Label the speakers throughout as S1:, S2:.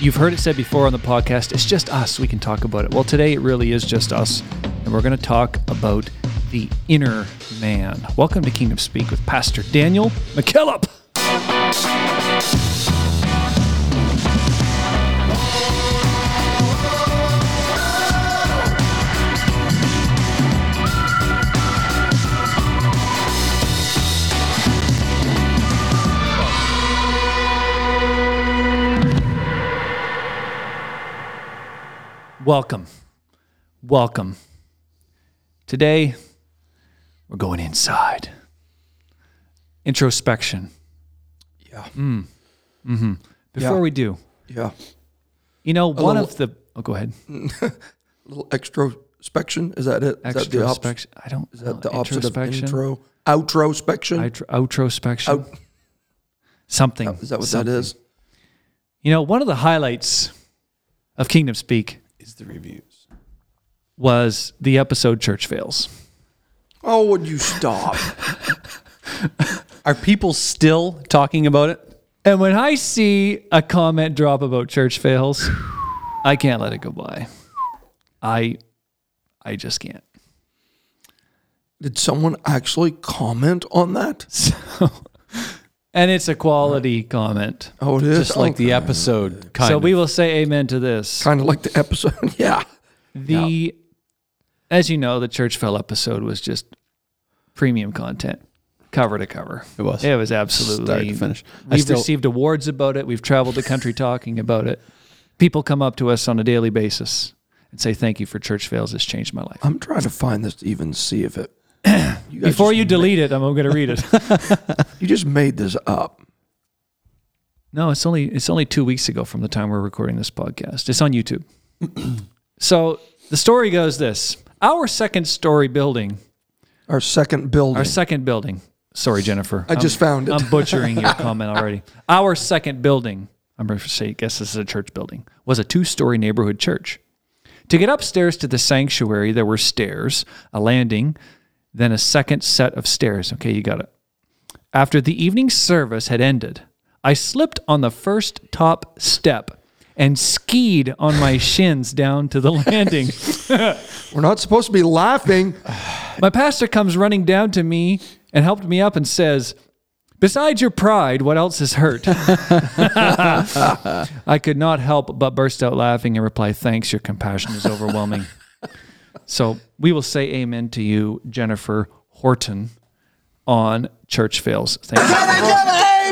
S1: You've heard it said before on the podcast, it's just us. We can talk about it. Well, today it really is just us, and we're going to talk about the inner man. Welcome to Kingdom Speak with Pastor Daniel McKillop. Welcome. Welcome. Today, we're going inside. Introspection.
S2: Yeah.
S1: Mm. Before
S2: Yeah.
S1: we do,
S2: Yeah.
S1: you know, one
S2: little-
S1: of the. Oh, go ahead.
S2: little extrospection. Is that it? Is that the, ops-
S1: Extrospection. I don't.
S2: is
S1: know.
S2: that the opposite of
S1: Introspection?
S2: intro? Outrospection?
S1: Outro- outrospection.
S2: Out-
S1: something.
S2: is that what
S1: something.
S2: that is?
S1: You know, one of the highlights of Kingdom Speak
S2: Is the reviews.
S1: was the episode Church Fails.
S2: Oh, would you stop?
S3: Are people still talking about it?
S1: And when I see a comment drop about church fails, I can't let it go by. I I just can't.
S2: Did someone actually comment on that?
S1: So and it's a quality comment.
S2: Oh, it is.
S3: Just like the episode kind
S1: so
S3: of.
S1: we will say amen to this.
S2: Kind of like the episode. yeah.
S1: The as you know, the church fail episode was just premium content. Cover to cover.
S3: It was.
S1: It was absolutely
S3: Start to finish. I
S1: We've
S3: still-
S1: received awards about it. We've traveled the country talking about it. People come up to us on a daily basis and say, "Thank you for Church Fails. It's changed my life."
S2: I'm trying to find this to even see if it. You guys
S1: Before
S2: just,
S1: you delete it, I'm going to read it.
S2: you just made this up.
S1: no, it's only it's only two weeks ago from the time we're recording this podcast. It's on YouTube. so the story goes this: our second story building,
S2: Our second building.
S1: our second building. Sorry, Jennifer.
S2: I just found it.
S1: I'm butchering your comment already. Our second building, I'm going to say, guess this is a church building, was a two story neighborhood church. To get upstairs to the sanctuary, there were stairs, a landing, then a second set of stairs. Okay, you got it. After the evening service had ended, I slipped on the first top step and skied on my shins down to the landing.
S2: We're not supposed to be laughing.
S1: My pastor comes running down to me and helped me up and says, Besides your pride, what else is hurt? I could not help but burst out laughing and reply, Thanks, your compassion is overwhelming. so we will say amen to you, Jennifer Horton, on Church Fails. Thank you.
S4: Can I get an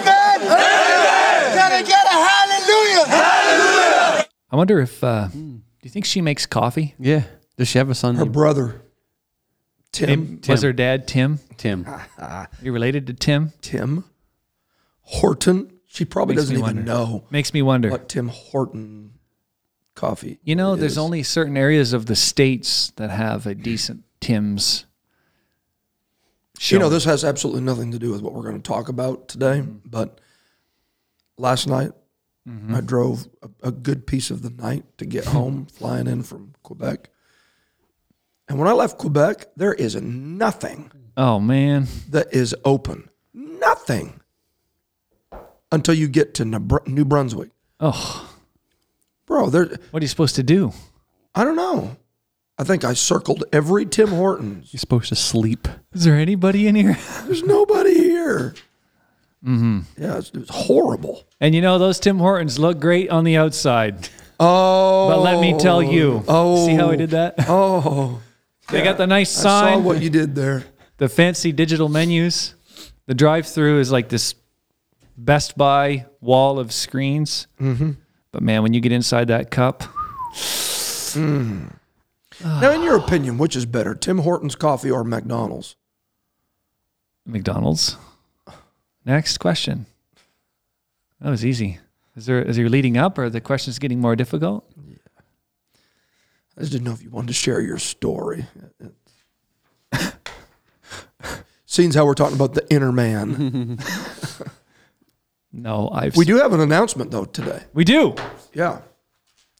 S4: amen? Can I get a hallelujah?
S1: I wonder if, uh, do you think she makes coffee?
S3: yeah. Does she have a son
S2: Her
S3: named
S2: brother, Tim.
S1: Was her dad Tim?
S3: Tim?
S2: Ah.
S1: You related to Tim?
S2: Tim Horton. She probably
S1: Makes
S2: doesn't
S1: me
S2: even
S1: wonder.
S2: know
S1: Makes me wonder.
S2: what Tim Horton coffee.
S1: You know, there's
S2: is.
S1: only certain areas of the states that have a decent Tim's.
S2: You know,
S1: showing.
S2: this has absolutely nothing to do with what we're going to talk about today. But last night, I drove a, a good piece of the night to get home, flying in from Quebec. And when I left Quebec, there is nothing
S1: Oh man,
S2: that is open. Nothing until you get to Nebr- New Brunswick.
S1: oh,
S2: Bro, there.
S1: what are you supposed to do?
S2: I don't know. I think I circled every Tim Hortons.
S3: You're supposed to sleep.
S1: Is there anybody in here?
S2: There's nobody here. Mm-hmm. Yeah, it's, it was horrible.
S1: And you know, those Tim Hortons look great on the outside,
S2: Oh,
S1: but let me tell you,
S2: Oh,
S1: see how I did that?
S2: Oh,
S1: they got the nice
S2: I saw
S1: sign,
S2: what you did there.
S1: the fancy digital menus. The drive-through is like this Best Buy wall of screens. Mm-hmm. But man, when you get inside that cup,
S2: Now, in your opinion, which is better, Tim Hortons coffee or McDonald's?
S1: McDonald's. Next question. That was easy. Is there is you're leading up or the question's getting more difficult?
S2: I just didn't know if you wanted to share your story. Seems how we're talking about the inner man.
S1: No, I've
S2: we do have an announcement though today.
S1: We do.
S2: Yeah,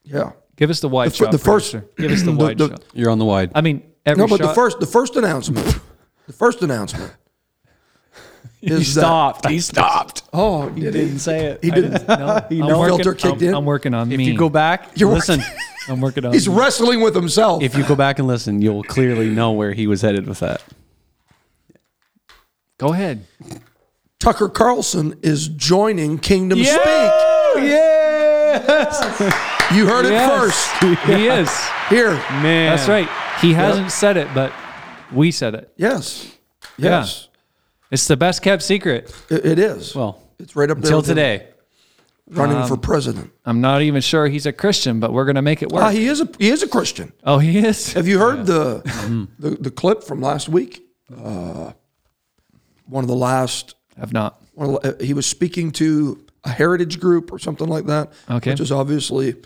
S2: yeah.
S1: Give us the wide
S2: fir-
S1: shot.
S2: the first-
S1: producer. give us the
S2: the-
S1: wide
S2: the-
S1: shot.
S3: You're on the
S2: Uh,
S3: wide.
S1: I mean every
S2: no, but
S1: shot.
S2: the first, the first announcement, the first announcement
S3: He
S2: is that-
S3: stopped. He stopped.
S2: Oh, he did
S3: Didn't
S2: he?
S3: say it.
S2: He
S3: I
S2: didn't.
S1: No,
S3: You
S1: I'm
S3: know.
S1: working-
S2: Filter kicked
S1: I'm,
S2: in?
S1: I'm working on
S3: If
S1: me.
S3: you go back,
S2: You're
S3: listen.
S1: I'm working on.
S2: He's
S1: me.
S2: wrestling with himself.
S3: if you go back and listen, you'll clearly know where he was headed with that.
S1: Go ahead.
S2: Tucker Carlson is joining Kingdom Speak.
S3: Yes.
S2: You heard it
S1: Yes.
S2: first.
S1: He is.
S2: Here.
S3: Man.
S1: That's right. He hasn't said it, but we said it.
S2: Yes.
S1: Yeah.
S2: Yes.
S1: It's the best kept secret.
S2: It, it is.
S3: Well,
S2: it's right up there.
S3: Till
S2: with him
S3: today.
S2: Running
S1: Um,
S2: for president.
S1: I'm not even sure he's a Christian, but we're gonna make it work.
S2: Ah, he is a he is a Christian.
S1: oh, he is.
S2: Have you heard
S1: Mm-hmm.
S2: the, the the clip from last week? Uh, one of the last
S1: I've not.
S2: one of the- uh, he was speaking to a heritage group or something like that,
S1: Okay.
S2: which is obviously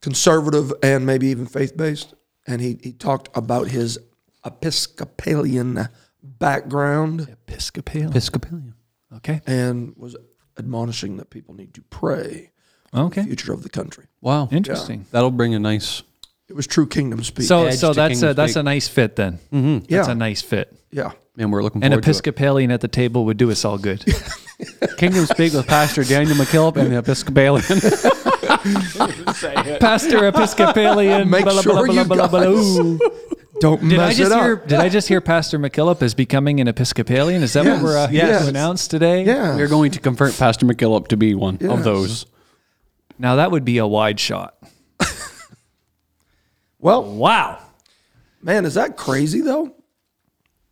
S2: conservative and maybe even faith based. And he, he talked about his Episcopalian background
S1: Episcopal.
S3: Episcopalian.
S1: Okay.
S2: and was admonishing that people need to pray for the
S1: Okay.
S2: future of the country.
S3: Wow.
S1: Interesting.
S3: That'll bring a nice.
S2: It was true kingdom speak.
S1: So
S3: Edge
S1: so
S3: to
S1: that's a
S3: Kingdom
S1: that's
S3: Speak.
S1: a nice fit then. Mm-hmm.
S2: yeah,
S1: That's a nice fit.
S2: yeah.
S3: Man, we're looking
S1: An
S3: forward to
S1: Episcopalian at the table would do us all good.
S3: it. Kingdom Speak with Pastor Daniel McKillop and the Episcopalian.
S1: Pastor Episcopalian.
S2: Make
S1: blah,
S2: sure
S1: blah, blah,
S2: you
S1: blah, blah, blah,
S2: guys-
S1: ooh.
S2: Don't
S1: Did
S2: mess
S1: I just
S2: it up.
S1: hear? Did I just hear Pastor McKillop is becoming an Episcopalian? Is that
S2: Yes,
S1: what we're uh,
S2: yes.
S1: to announce today?
S2: yeah,
S3: we're going to convert Pastor McKillop to be one
S2: Yes.
S3: of those.
S1: Now that would be a wide shot.
S2: Well,
S1: Wow.
S2: man, is that crazy though?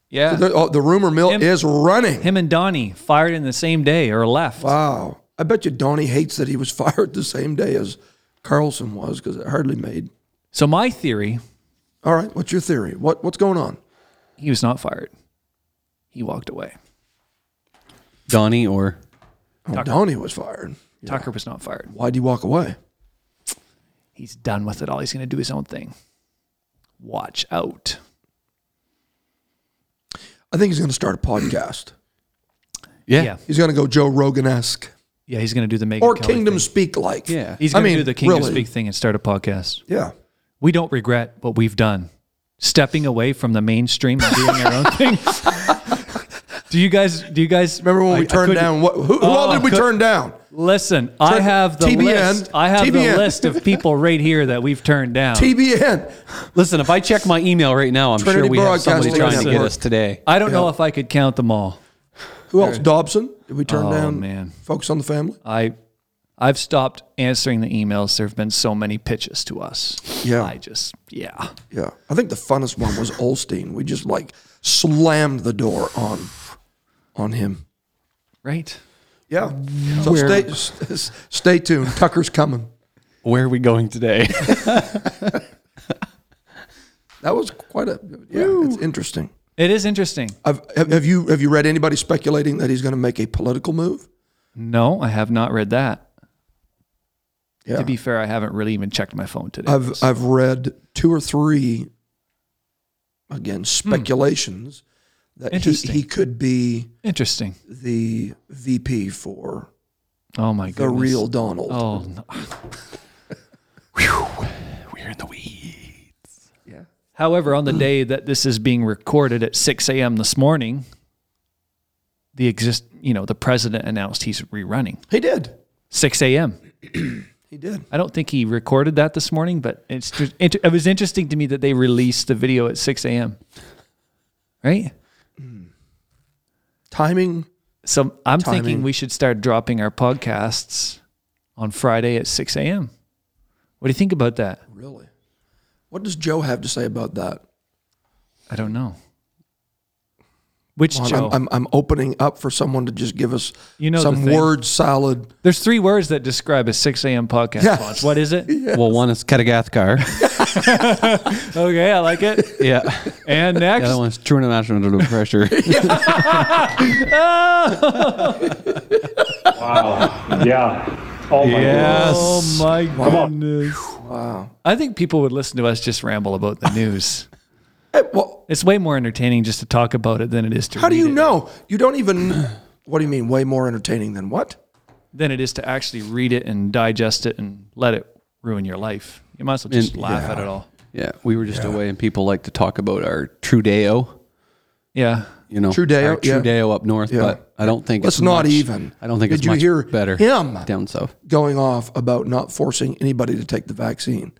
S1: Yeah.
S2: The, oh, the rumor mill
S1: Him-
S2: is running.
S1: Him and Donnie fired in the same day or left.
S2: Wow. I bet you Donnie hates that he was fired the same day as Carlson was because it hardly made.
S1: So my theory,
S2: All right, what's your theory? What what's going on?
S1: he was not fired. He walked away.
S3: Donnie or
S2: Oh, Donnie was fired.
S1: Tucker was not fired.
S2: Why'd he walk away?
S1: He's done with it all. He's going to do his own thing. Watch out.
S2: I think he's going to start a podcast.
S3: yeah.
S1: Yeah.
S2: He's going to go Joe Rogan esque
S1: Yeah, he's going to do the Megan
S2: or
S1: Kelly
S2: Kingdom
S1: thing.
S2: Speak like.
S3: Yeah.
S1: He's
S2: I
S1: going to
S2: mean,
S1: do the Kingdom
S2: really.
S1: Speak thing and start a podcast.
S2: Yeah.
S1: We don't regret what we've done, stepping away from the mainstream and doing our own thing. do you guys? Do you guys
S2: Remember when
S1: I-
S2: we
S1: I
S2: turned
S1: couldn't-
S2: down what? Who, who all
S1: Oh,
S2: did we
S1: could-
S2: turn down?
S1: Listen, I
S2: Turn-
S1: have the
S2: TBN,
S1: list. I have the
S2: TBN.
S1: list of people right here that we've turned down.
S2: TBN.
S3: Listen, if I check my email right now, I'm
S2: Trinity
S3: sure we have somebody
S2: Broadcasting
S3: trying to get
S2: Network.
S3: us today.
S1: I don't know
S2: Yeah.
S1: if I could count them all.
S2: Who else? Dobson. Did we turn
S1: Oh,
S2: down?
S1: man.
S2: Focus on the family.
S1: I I've stopped answering the emails. There have been so many pitches to us.
S2: Yeah.
S1: I just yeah.
S2: Yeah. I think the funnest one was Olstein. We just like slammed the door on on him.
S1: Right?
S2: Yeah. So stay, s- s- stay tuned. Tucker's coming.
S3: Where are we going today?
S2: That was quite a yeah. It's interesting.
S1: It is interesting.
S2: I've, have, have you have you read anybody speculating that he's going to make a political move?
S1: No, I have not read that.
S2: Yeah.
S1: To be fair, I haven't really even checked my phone today.
S2: I've I've read two or three again speculations that
S1: Hmm.
S2: he,
S1: Interesting.
S2: he could be
S1: interesting.
S2: the VP for
S1: Oh my
S2: the
S1: goodness.
S2: real Donald.
S1: Oh no.
S3: We're in the weeds.
S1: However, on the day that this is being recorded at 6 a.m. this morning, the exist, you know, the president announced he's rerunning
S2: He did.
S1: 6 a.m.
S2: He did.
S1: I don't think he recorded that this morning, but it's just, it, it was interesting to me that they released the video at 6 a.m. Right?
S2: Timing.
S1: So I'm thinking
S2: Timing.
S1: we should start dropping our podcasts on Friday at 6 a.m. What do you think about that?
S2: Really? What does Joe have to say about that?
S1: I don't know. Which
S2: Come on,
S1: Joe?
S2: I'm, I'm, I'm opening up for someone to just give us
S1: You know the
S2: some
S1: thing.
S2: word salad.
S1: There's three words that describe a 6 a.m. podcast.
S2: Yeah.
S1: launch. What is it?
S3: Well, one is Ketagathkar.
S1: Okay, I like it.
S3: yeah.
S1: And
S3: The
S1: next,
S3: other one is True International Under Pressure.
S5: Yeah. Oh my
S3: Yes.
S1: oh my
S5: on.
S1: goodness! I think people would listen to us just ramble about the news.
S2: Eh, well,
S1: It's way more entertaining just to talk about it than it is to.
S2: how do
S1: read
S2: you
S1: it,
S2: know? You don't even. What do you mean? Way more entertaining than what?
S1: Than it is to actually read it and digest it and let it ruin your life. You might as well just
S3: And-
S1: laugh at it all.
S3: yeah. We were just away and people like to talk about our Trudeo.
S1: Yeah.
S3: you know,
S2: Trudeau,
S3: or
S2: yeah.
S3: Trudeau up north,
S2: Yeah.
S3: but I don't think
S2: Let's
S3: it's
S2: not
S3: much-
S2: even.
S3: I don't think
S2: Did
S3: it's
S2: you
S3: much
S2: hear
S3: better
S2: him?
S3: down south.
S2: Going off about not forcing anybody to take the vaccine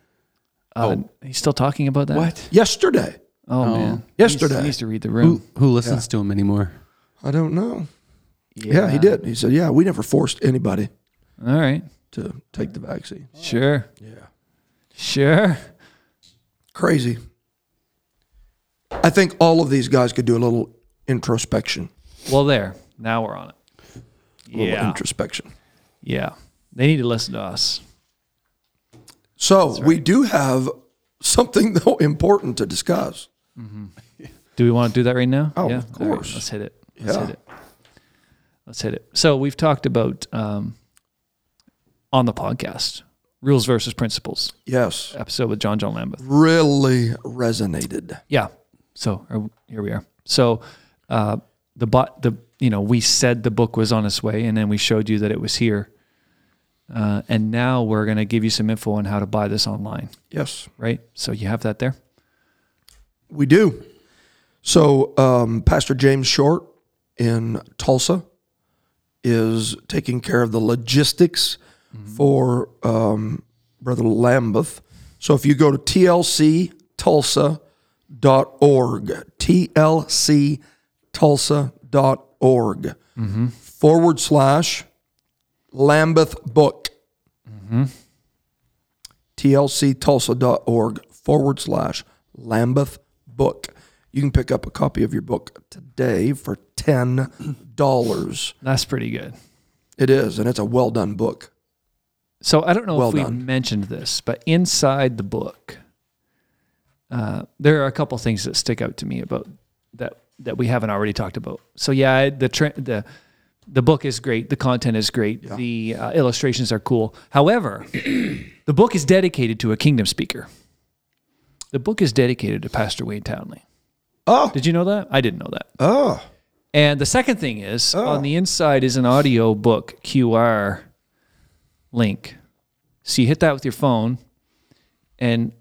S1: Uh,
S2: Oh.
S1: he's still talking about that.
S3: What?
S2: yesterday.
S1: Oh, man.
S2: Yesterday.
S1: He needs to read the
S3: Who,
S1: room.
S3: who listens to him anymore?
S2: I don't know. Yeah. he did. He said, "Yeah, we never forced anybody
S1: All right.
S2: to take the vaccine."
S1: Sure.
S2: Yeah.
S1: Sure.
S2: Crazy. I think all of these guys could do a little introspection.
S1: Well, there. Now we're on it.
S2: A little
S1: Yeah.
S2: introspection.
S1: Yeah. They need to listen to us.
S2: So we do have something though important to discuss.
S1: Do we want to do that right now?
S2: Oh,
S1: yeah.
S2: of
S1: All right,
S2: course.
S1: let's hit it. Let's
S2: Yeah.
S1: hit it. Let's hit it. So we've talked about um, on the podcast rules versus principles
S2: Yes.
S1: episode with John John Lambeth.
S2: Really resonated.
S1: Yeah. So uh, here we are. So uh, the bot the you know we said the book was on its way, and then we showed you that it was here. Uh, and now we're going to give you some info on how to buy this online,
S2: Yes.
S1: right? So you have that there.
S2: We do. So, um, Pastor James Short in Tulsa is taking care of the logistics for um, Brother Lambeth. So, if you go to tlctulsa.org, tlctulsa.org forward slash Lambeth book. tlctulsa.org forward slash Lambeth book. You can pick up a copy of your book today for $10.
S1: That's pretty good.
S2: It is, and it's a well done book.
S1: So I don't know
S2: Well
S1: if we
S2: done.
S1: mentioned this, but inside the book, uh, there are a couple things that stick out to me about that that we haven't already talked about. So yeah, I- the tra- the the book is great, the content is great, the uh, illustrations are cool. However, the book is dedicated to a kingdom speaker. The book is dedicated to Pastor Wade Townley.
S2: Oh.
S1: did you know that? I didn't know that.
S2: Oh,
S1: And the second thing is on the inside is an audio book QR link. So you hit that with your phone and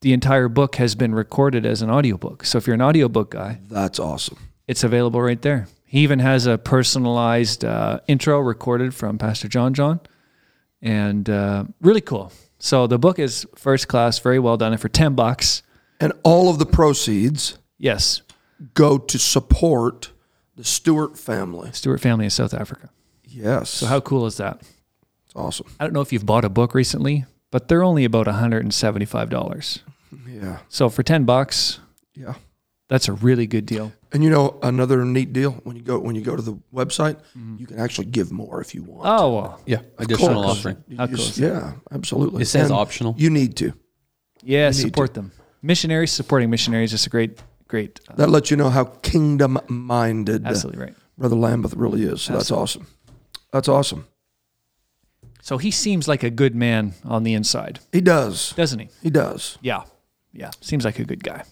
S1: the entire book has been recorded as an audiobook. So if you're an audiobook guy,
S2: that's awesome.
S1: it's available right there. He even has a personalized uh, intro recorded from Pastor John John, and uh, really cool. So the book is first class, very well done, and for ten bucks,
S2: And all of the proceeds
S1: yes,
S2: go to support the Stewart family.
S1: Stewart family in South Africa.
S2: Yes. So
S1: How cool is that?
S2: it's awesome.
S1: I don't know if you've bought a book recently, but they're only about $175.
S2: Yeah.
S1: So for 10 bucks,
S2: Yeah.
S1: that's a really good deal.
S2: And you know another neat deal when you go when you go to the website, you can actually give more if you want.
S1: Oh, well,
S3: Yeah, Mm-hmm. additional
S2: course.
S3: offering.
S2: You
S1: How
S2: just-
S1: cool
S2: yeah, absolutely.
S3: It says optional.
S2: You need to.
S1: yeah, support them. Missionaries, supporting missionaries is a great, great, uh,
S2: That lets you know how kingdom minded
S1: absolutely right.
S2: Brother Lambeth really is. So that's awesome. That's awesome.
S1: So he seems like a good man on the inside,
S2: He does.
S1: doesn't he?
S2: He does.
S1: Yeah. Yeah. Seems like a good guy.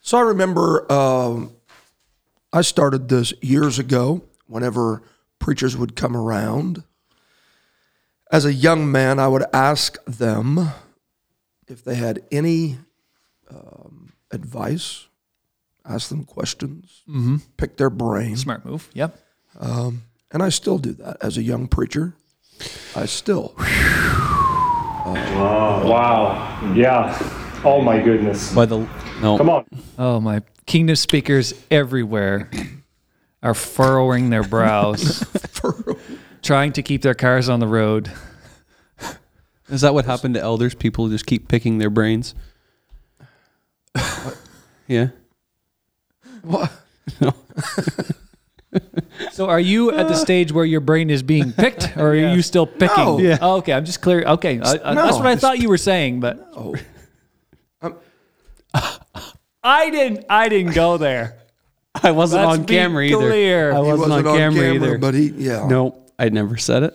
S2: So I remember um, I started this years ago whenever preachers would come around. As a young man, I would ask them if they had any um, advice, ask them questions, pick their brain.
S1: Mm-hmm. Smart move. Yep.
S2: And I still do that as a young preacher. I still.
S5: Wow. Yeah. Oh my goodness.
S3: By the no,
S5: Come on.
S1: Oh, my kingdom speakers everywhere are furrowing their brows, trying to keep their cars on the road.
S3: is that what happened to elders? People just keep picking their brains. yeah.
S2: What?
S1: So are you at the
S2: Uh.
S1: stage where your brain is being picked, or are you still picking?
S2: No. Yeah.
S1: Oh, okay, I'm just clear. Okay, I- I-
S2: No,
S1: that's what I
S2: just-
S1: thought you were saying, but
S2: Oh, Um,
S1: I didn't. I didn't go there.
S3: I wasn't
S1: Let's
S3: on
S1: be
S3: camera
S1: clear.
S3: either. I
S1: He
S3: wasn't, on, camera, either.
S2: but he, yeah.
S3: no, I never said it.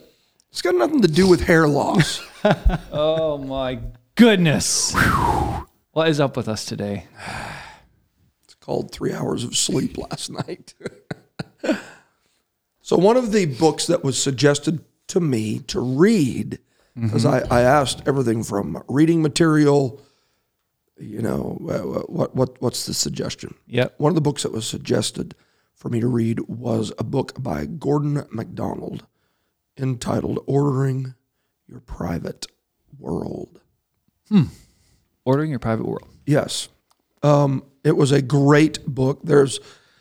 S2: It's got nothing to do with hair loss.
S1: Oh my goodness! what is up with us today?
S2: called Three Hours of Sleep last night. so, one of the books that was suggested to me to
S3: Mm-hmm.
S2: read, because I, I asked everything from reading material, you know, uh, what what what's the suggestion?
S1: Yep.
S2: One of the books that was suggested for me to read was a book by Gordon MacDonald entitled "Ordering Your Private World."
S1: Ordering your private world.
S2: Yes. Um, it was a great book. There's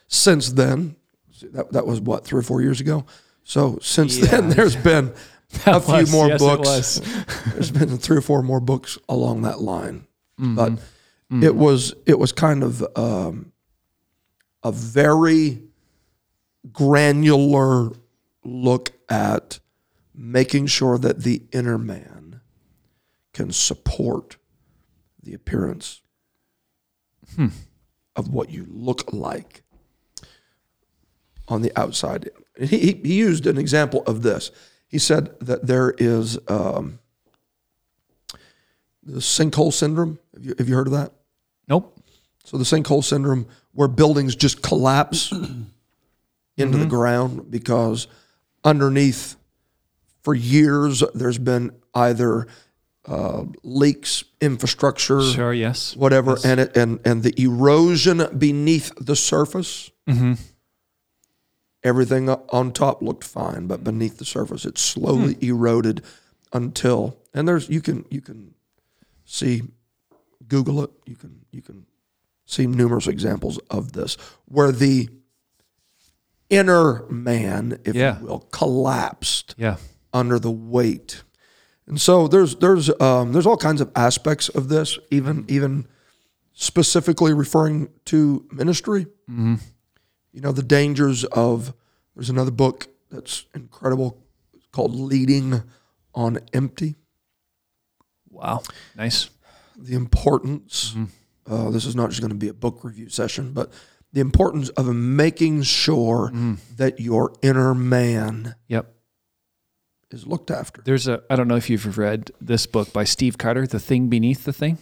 S2: since then, see, that, that was what, three or four years ago? So since then, there's been a few
S1: was-
S2: more
S1: yes, it
S2: books.
S1: was.
S2: there's been three or four more books along that line.
S1: Mm-hmm.
S2: But it was it was kind of um, a very granular look at making sure that the inner man can support the appearance of what you look like on the outside. And He, he, he used an example of this. He said that there is um, the sinkhole syndrome. Have you, have you heard of that?
S1: Nope.
S2: So the sinkhole syndrome, where buildings just collapse into the ground because underneath, for years, there's been either uh, leaks, infrastructure,
S1: Sure. Yes.
S2: whatever, and it, and and the erosion beneath the surface.
S1: Mm-hmm.
S2: Everything o- on top looked fine, but beneath the surface, it slowly
S1: Hmm.
S2: eroded until and there's you can you can see, Google it. You can you can see numerous examples of this where the inner man, if
S1: Yeah.
S2: you will, collapsed
S1: Yeah.
S2: under the weight. And so there's there's um, there's all kinds of aspects of this, even even specifically referring to ministry. You know the dangers of. There's another book that's incredible It's called "Leading on Empty."
S1: Wow. Nice.
S2: The importance. Uh, this is not just going to be a book review session, but the importance of making sure that your inner man
S1: Yep.
S2: is looked after.
S1: There's a. I don't know if you've read this book by Steve Carter, "The Thing Beneath the Thing."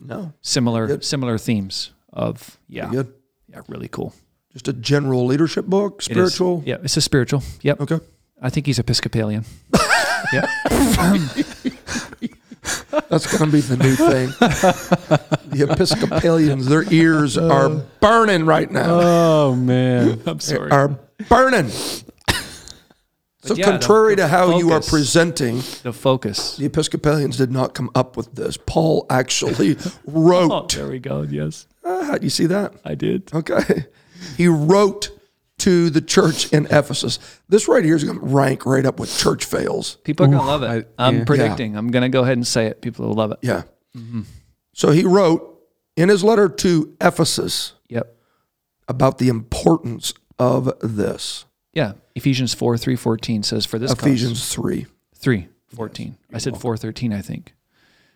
S2: No,
S1: Similar.
S2: Good.
S1: Similar themes of. Yeah.
S2: good.
S1: Yeah. Really cool.
S2: Just a general leadership book,
S1: It is.
S2: spiritual.
S1: Yeah. It's a spiritual. Yep.
S2: Okay.
S1: I think he's Episcopalian. yeah.
S2: That's going to be the new thing. the Episcopalians, their ears are burning right now.
S3: Oh man.
S1: Uh, I'm sorry.
S2: are burning. So,
S1: yeah, the-
S2: contrary to how you are
S1: focus.
S2: presenting,
S1: the focus.
S2: the Episcopalians did not come up with this. Paul actually wrote.
S1: there we go. Yes,
S2: Ah, you see that?
S1: Oh. I did.
S2: Okay. He wrote to the church in Ephesus. This right here is going to rank right up with church fails.
S1: People are gonna love it. I, am
S3: yeah.
S1: predicting. I'm gonna go ahead and say it. People will love it.
S2: Yeah. So he wrote in his letter to Ephesus
S1: Yep.
S2: about the importance of this.
S1: Yeah. Ephesians 4, 3, 14 says for this cause-
S2: Ephesians 3.
S1: three fourteen. I said four thirteen. I think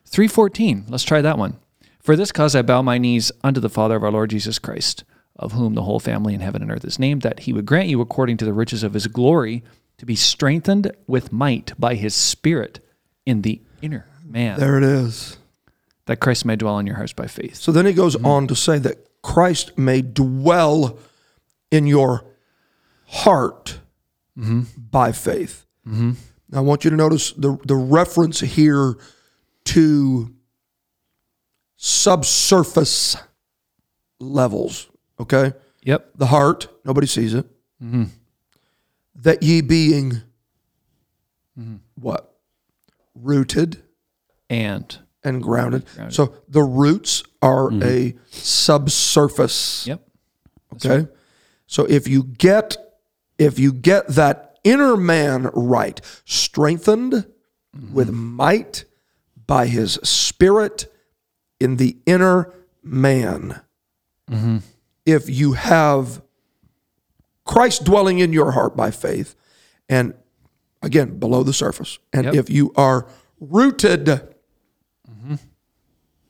S1: three fourteen. Let's try that one. For this cause I bow my knees unto the Father of our Lord Jesus Christ, of whom the whole family in heaven and earth is named, that He would grant you according to the riches of His glory to be strengthened with might by His Spirit in the inner man,
S2: There it is. Mm-hmm.
S1: that Christ may dwell in your hearts by faith.
S2: So then he goes on to say that Christ may dwell in your heart Mm-hmm. by faith. Now, I want you to notice the, the reference here to subsurface levels, okay?
S1: Yep.
S2: The heart, nobody sees it. That ye being what? Rooted
S1: And
S2: and grounded. So the roots are a subsurface.
S1: yep.
S2: Okay. So if you get if you get that inner man right, strengthened
S1: Mm-hmm.
S2: with might by his spirit in the inner man.
S1: Mm-hmm.
S2: If you have Christ dwelling in your heart by faith, and again below the surface, and
S1: Yep.
S2: if you are rooted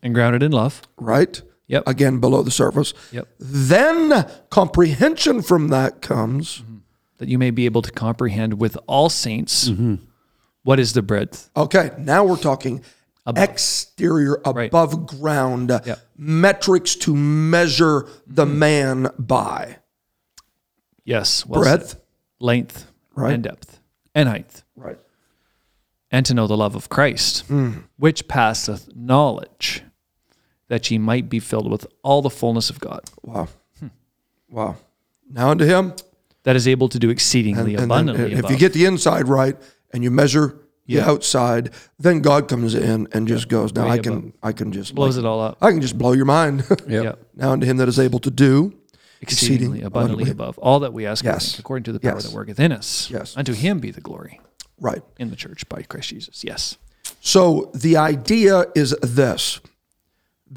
S1: And grounded in love.
S2: right?
S1: Yep.
S2: Again, below the surface.
S1: Yep.
S2: Then comprehension from that
S1: Mm-hmm.
S2: comes.
S1: that you may be able to comprehend with all saints
S2: Mm-hmm.
S1: what is the breadth.
S2: Okay, now we're talking exterior, above ground,
S1: Yep. Mm-hmm.
S2: metrics to measure the man by
S1: Yes, well said.
S2: breadth.
S1: length,
S2: Right.
S1: and depth, and height,
S2: Right. Hmm.
S1: and to know the love of Christ, which passeth knowledge, that ye might be filled with all the fullness of God,
S2: Wow.
S1: Hmm.
S2: Wow. Now unto him.
S1: that is able to do exceedingly
S2: And then uh,
S1: abundantly.
S2: if
S1: above.
S2: you get the inside right and you measure
S1: Yeah.
S2: the outside, then God comes in and just goes, Now
S1: Way
S2: I can I can just
S1: blows
S2: like-
S1: it all up.
S2: I can just blow your mind.
S1: Yeah.
S2: Now unto him that is able to do
S1: Exceedingly abundantly above all that we ask, or
S2: Yes.
S1: think, according to the power
S2: Yes.
S1: that worketh in us.
S2: Yes.
S1: Unto him be the glory
S2: Right.
S1: in the church by Christ Jesus. Yes.
S2: So the idea is this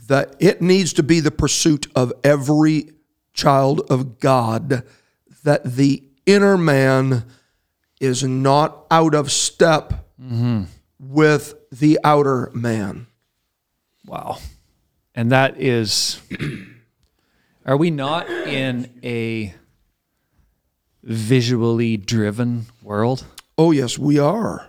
S2: that it needs to be the pursuit of every child of God that the inner man is not out of step with the outer man.
S1: Wow. And that is, are we not in a visually driven world?
S2: Oh, yes, we are.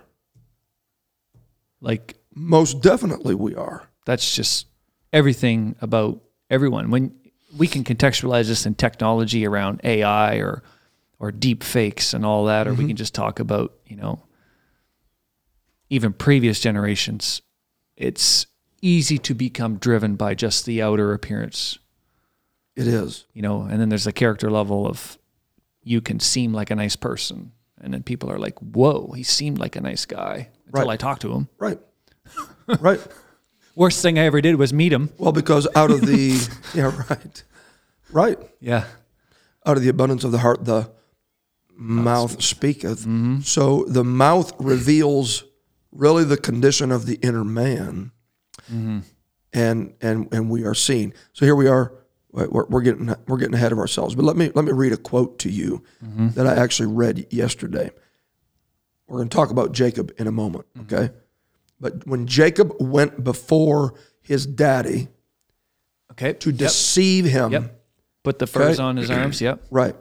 S1: Like,
S2: Most definitely we are.
S1: that's just everything about everyone. When we can contextualize this in technology around AI or or deep fakes and all that, or we can just talk about, you know, even previous generations, it's easy to become driven by just the outer appearance
S2: It is.
S1: you know and then there's a character level of you can seem like a nice person and then people are like whoa he seemed like a nice guy until
S2: Right.
S1: i talked to him
S2: Right. right.
S1: worst thing i ever did was meet him
S2: Well, because out of the, yeah, right. Right.
S1: yeah
S2: out of the abundance of the heart the mouth speaketh so the mouth reveals really the condition of the inner man and and and we are seen so here we are we're, we're getting we're getting ahead of ourselves but let me let me read a quote to you that i actually read yesterday we're going to talk about jacob in a moment okay but when jacob went before his daddy
S1: okay
S2: to deceive him
S1: yep put the furs
S2: Okay.
S1: on his arms yep
S2: Right.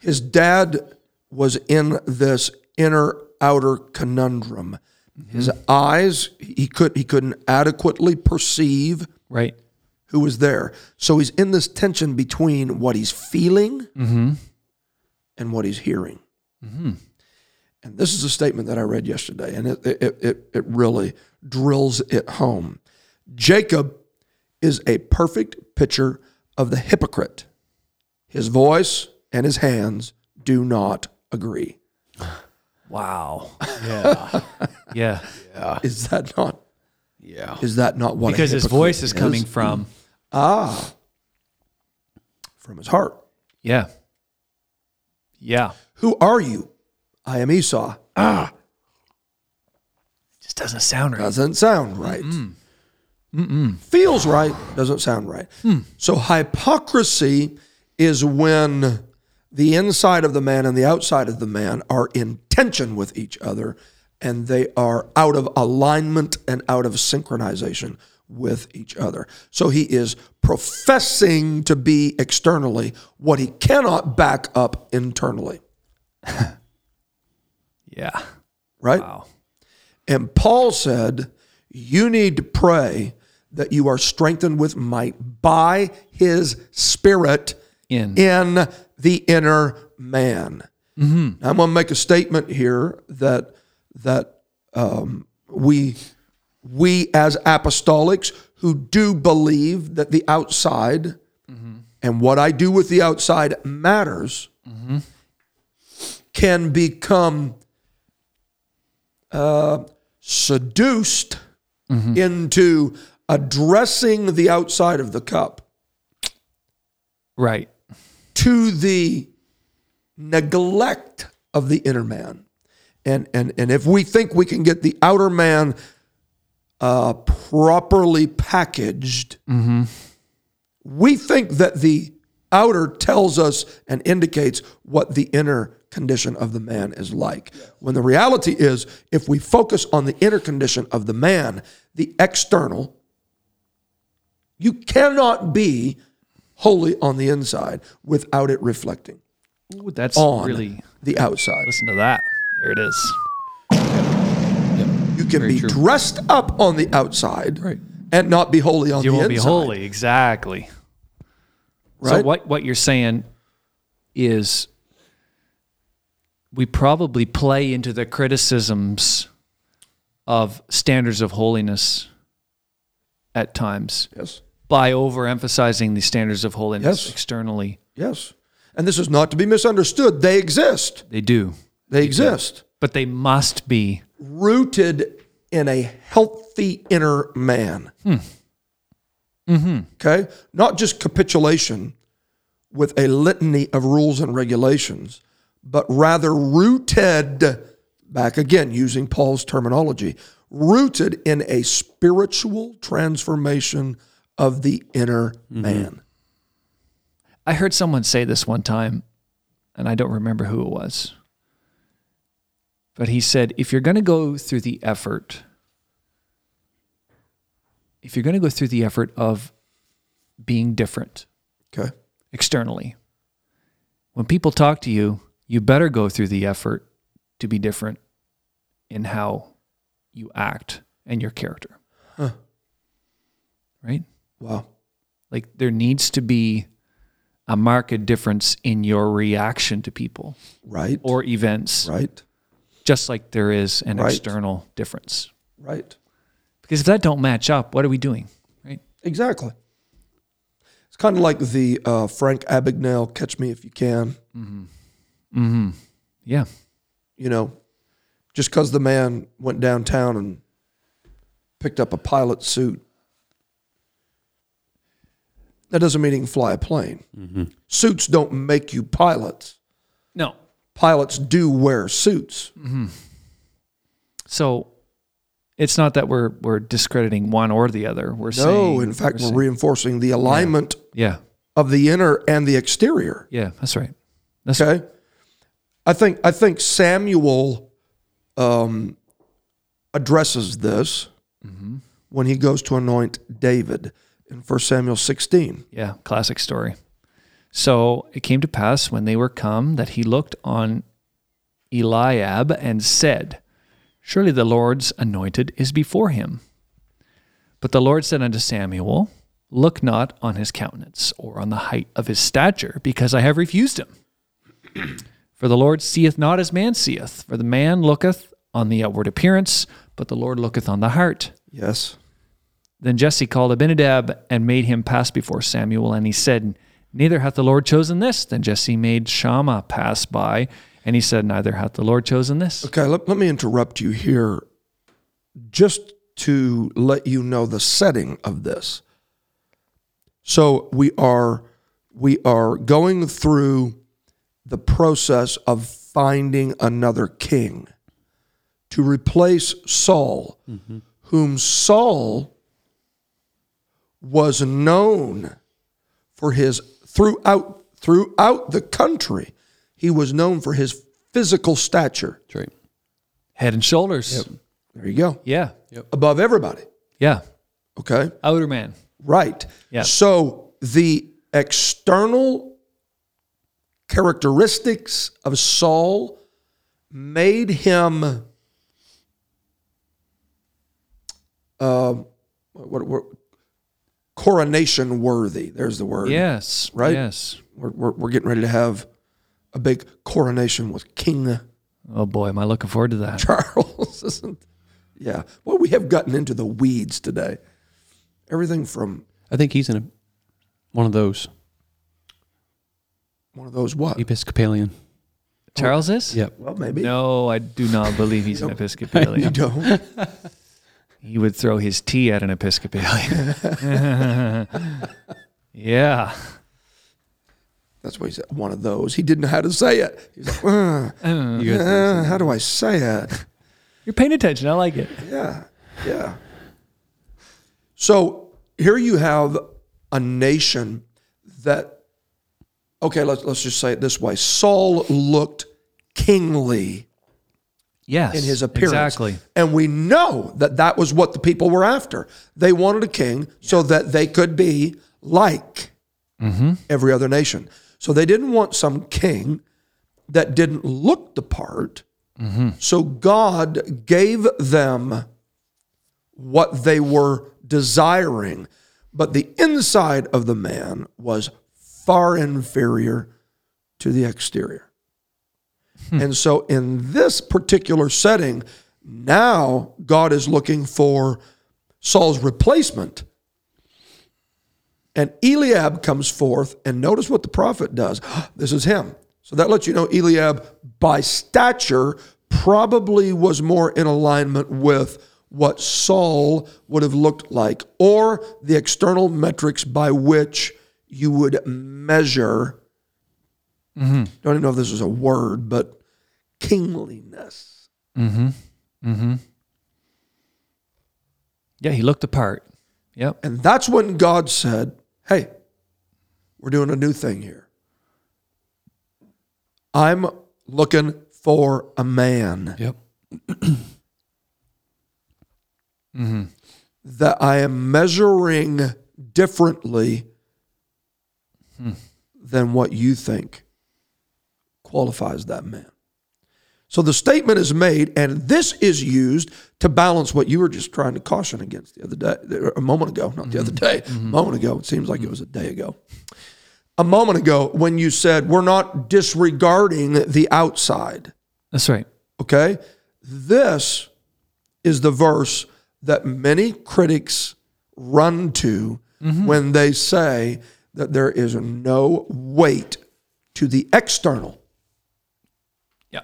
S2: His dad was in this inner outer conundrum. His eyes, he could he couldn't adequately perceive
S1: right
S2: who was there. So he's in this tension between what he's feeling
S1: Mm-hmm.
S2: and what he's hearing. And this is a statement that I read yesterday, and it, it, it, it really drills it home. Jacob is a perfect picture of the hypocrite. His voice and his hands do not agree.
S1: wow yeah yeah
S2: Is that not?
S3: Yeah.
S2: Is that not what? a
S1: Ah. because his
S2: hypocrite
S1: voice is coming from
S2: from his heart.
S1: yeah yeah
S2: Who are you? I am Esau.
S1: just doesn't sound right
S2: Doesn't sound right. Feels right, doesn't sound right. So hypocrisy is when the inside of the man and the outside of the man are in tension with each other and they are out of alignment and out of synchronization with each other. So he is professing to be externally what he cannot back up internally,
S1: yeah
S2: right?
S1: wow
S2: And Paul said, You need to pray that you are strengthened with might by his spirit
S1: In.
S2: in the inner man.
S1: Mm-hmm.
S2: Now, I'm going to make a statement here that that um, we we as apostolics who do believe that the outside
S1: Mm-hmm.
S2: and what I do with the outside matters
S1: Mm-hmm.
S2: can become seduced into addressing the outside of the cup
S1: right
S2: to the neglect of the inner man. And, and, and if we think we can get the outer man uh, properly packaged, we think that the outer tells us and indicates what the inner condition of the man is like. When the reality is, if we focus on the inner condition of the man, the external, you cannot be wholly on the inside without it reflecting
S1: Ooh, that's
S2: on
S1: really
S2: the outside.
S1: listen to that there it is
S2: You can be dressed up on the outside and not be wholly on
S1: you
S2: the
S1: won't be
S2: inside.
S1: holy exactly So
S2: Right?
S1: what what you're saying is we probably play into the criticisms of standards of holiness at times
S2: Yes.
S1: by overemphasizing the standards of holiness
S2: Yes.
S1: externally.
S2: Yes. And this is not to be misunderstood. They exist.
S1: They do,
S2: They exist.
S1: but they must be
S2: Rooted in a healthy inner man. Okay? Not just capitulation with a litany of rules and regulations, but rather rooted, back again using Paul's terminology, rooted in a spiritual transformation of the inner man.
S1: I heard someone say this one time, and I don't remember who it was. But he said, if you're going to go through the effort, if you're going to go through the effort of being different
S2: Okay?
S1: externally, when people talk to you, you better go through the effort to be different in how you act and your character. Right?
S2: Wow.
S1: Like there needs to be a marked difference in your reaction to people
S2: Right.
S1: or events,
S2: right.
S1: just like there is an
S2: Right.
S1: external difference.
S2: Right.
S1: Because if that don't match up, what are we doing? Right?
S2: Exactly. It's kind of like the uh, Frank Abagnale "Catch Me If You Can."
S1: Yeah.
S2: You know, just because the man went downtown and picked up a pilot suit, that doesn't mean he can fly a plane. Suits don't make you pilots.
S1: No.
S2: Pilots do wear suits.
S1: So it's not that we're we're discrediting one or the other. We're saying
S2: No, in fact, we're reinforcing the alignment
S1: Yeah.
S2: of the inner and the exterior.
S1: Yeah, that's right. That's
S2: Okay. I think I think Samuel um, addresses this when he goes to anoint David in 1 Samuel 16.
S1: Yeah, classic story. So it came to pass when they were come that he looked on Eliab and said, Surely the Lord's anointed is before him. But the Lord said unto Samuel, Look not on his countenance or on the height of his stature, because I have refused him. For the Lord seeth not as man seeth, for the man looketh on the outward appearance, but the Lord looketh on the heart.
S2: Yes.
S1: Then Jesse called Abinadab and made him pass before Samuel, and he said, Neither hath the Lord chosen this. Then Jesse made Shammah pass by, and he said, Neither hath the Lord chosen this.
S2: Okay, let, let me interrupt you here just to let you know the setting of this. So we are we are going through the process of finding another king to replace Saul, whom Saul was known for his throughout throughout the country, he was known for his physical stature.
S3: That's right.
S1: Head and shoulders.
S2: There you go.
S1: Yeah.
S2: Above everybody.
S1: Yeah.
S2: Okay.
S1: Outer man.
S2: Right.
S1: Yeah.
S2: So the external characteristics of Saul made him. Uh, uh, what, what, coronation worthy. There's the word.
S1: Yes.
S2: Right?
S1: Yes.
S2: We're, we're, we're getting ready to have a big coronation with King
S1: Oh boy, am I looking forward to that.
S2: Charles isn't. Yeah. Well, we have gotten into the weeds today. Everything from
S3: I think he's in a, one of those
S2: one of those what?
S3: Episcopalian.
S1: Charles is?
S3: Yep.
S2: Well, maybe.
S1: No, I do not believe he's an Episcopalian.
S2: Don't.
S1: He would throw his tea at an Episcopalian. yeah.
S2: That's what he said. One of those. He didn't know how to say it. He's like, "Uh,
S3: You guys-
S2: uh, how do I say it?
S1: You're paying attention. I like it.
S2: Yeah. Yeah. So here you have a nation that, okay, let's, let's just say it this way Saul looked kingly
S1: Yes.
S2: in his appearance.
S1: Exactly.
S2: And we know that that was what the people were after. They wanted a king so that they could be like
S1: Mm-hmm.
S2: every other nation. So they didn't want some king that didn't look the part.
S1: Mm-hmm.
S2: So God gave them what they were desiring, but the inside of the man was far inferior to the exterior. And so, in this particular setting, now God is looking for Saul's replacement And Eliab comes forth, and notice what the prophet does. This is him. So that lets you know Eliab, by stature, probably was more in alignment with what Saul would have looked like, or the external metrics by which you would measure. Don't even know if this is a word, but kingliness.
S1: Yeah, he looked the part. Yep.
S2: And that's when God said, Hey, we're doing a new thing here. I'm looking for a man
S1: Yep.
S2: that I am measuring differently than what you think qualifies that man. So the statement is made, and this is used to balance what you were just trying to caution against the other day, a moment ago, not the other day, a moment ago. It seems like it was a day ago. A moment ago, when you said, We're not disregarding the outside.
S1: That's right.
S2: Okay? This is the verse that many critics run to when they say that there is no weight to the external.
S1: Yeah.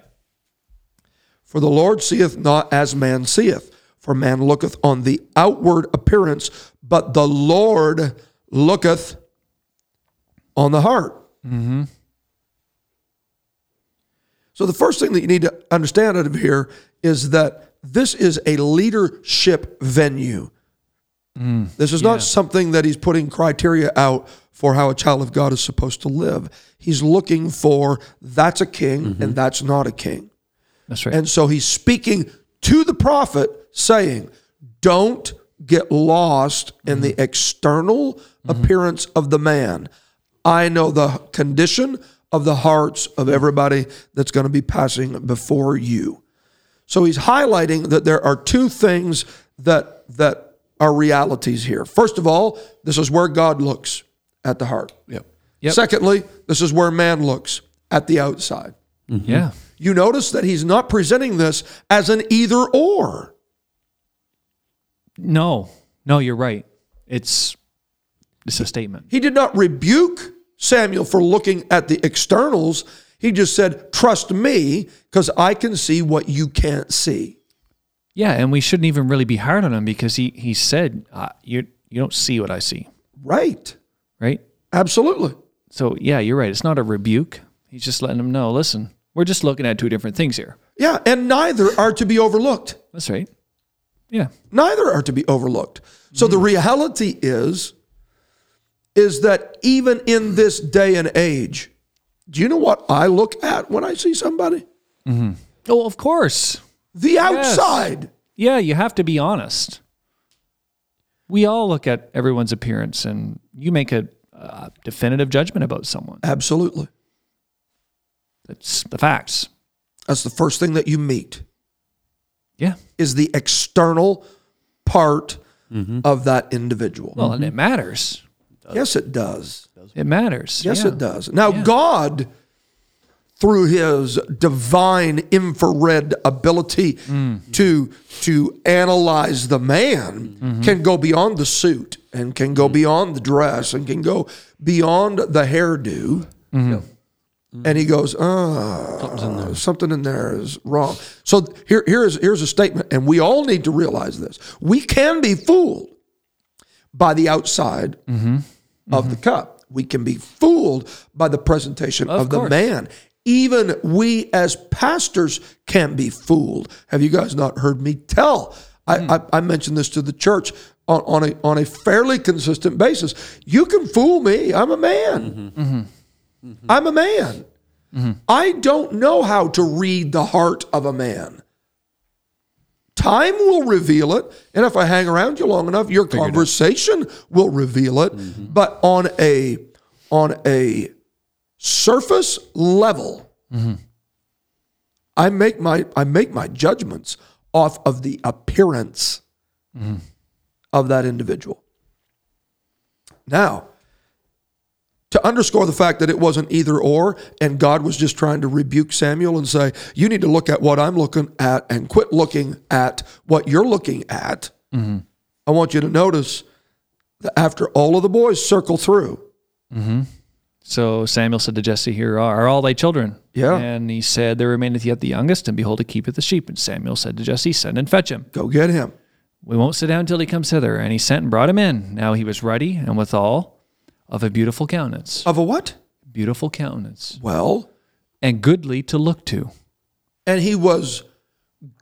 S2: For the Lord seeth not as man seeth, for man looketh on the outward appearance, but the Lord looketh on the heart. So the first thing that you need to understand out of here is that this is a leadership venue. This is not something that he's putting criteria out for how a child of God is supposed to live. He's looking for that's a king and that's not a king.
S1: That's right.
S2: And so he's speaking to the prophet, saying, Don't get lost in the external appearance of the man. I know the condition of the hearts of everybody that's going to be passing before you. So he's highlighting that there are two things that that are realities here. First of all, this is where God looks at the heart.
S3: Yep.
S2: Secondly, this is where man looks at the outside.
S1: Yeah.
S2: You notice that he's not presenting this as an either or.
S1: No. No, you're right. It's it's a statement.
S2: He did not rebuke Samuel for looking at the externals. He just said, Trust me, because I can see what you can't see.
S1: Yeah, and we shouldn't even really be hard on him because he he said uh, you you don't see what I see,
S2: Right.
S1: right?
S2: Absolutely.
S1: So yeah, you're right. It's not a rebuke. He's just letting him know. Listen, we're just looking at two different things here.
S2: Yeah. And neither are to be overlooked.
S1: That's right. Yeah.
S2: neither are to be overlooked so the reality is is that even in this day and age do you know what i look at when i see somebody
S1: Oh, of course.
S2: the outside
S1: Yeah, you have to be honest. We all look at everyone's appearance, and you make a, a definitive judgment about someone.
S2: absolutely
S1: That's the facts.
S2: that's the first thing that you meet
S1: Yeah.
S2: is the external part of that individual
S1: Well, and it matters.
S2: yes it does
S1: It matters.
S2: Yes,
S1: Yeah.
S2: it does. Now, God, through his divine infrared ability to, to analyze the man, can go beyond the suit and can go beyond the dress and can go beyond the hairdo. And he goes, uh, something in there is wrong. So here, here is, here's a statement, and we all need to realize this. We can be fooled by the outside of the cup. We can be fooled by the presentation of, the
S1: course.
S2: man. Even we as pastors can be fooled. Have you guys not heard me tell? I, I, I mentioned this to the church on, on, a, on a fairly consistent basis. You can fool me. I'm a man. I'm a man. I don't know how to read the heart of a man. Time will reveal it. And if I hang around you long enough, your conversation will reveal it. But on a on a surface level, I make my I make my judgments off of the appearance of that individual. Now, to underscore the fact that it wasn't either or, and God was just trying to rebuke Samuel and say, You need to look at what I'm looking at and quit looking at what you're looking at. I want you to notice after all of the boys circle through.
S1: So Samuel said to Jesse, Here are all thy children.
S2: Yeah.
S1: And he said, There remaineth yet the youngest, and behold, a keep of the sheep. And Samuel said to Jesse, Send and fetch him.
S2: Go get him.
S1: We won't sit down till he comes hither. And he sent and brought him in. Now he was ruddy and withal of a beautiful countenance.
S2: Of a what?
S1: Beautiful countenance.
S2: Well,
S1: And goodly to look to.
S2: and he was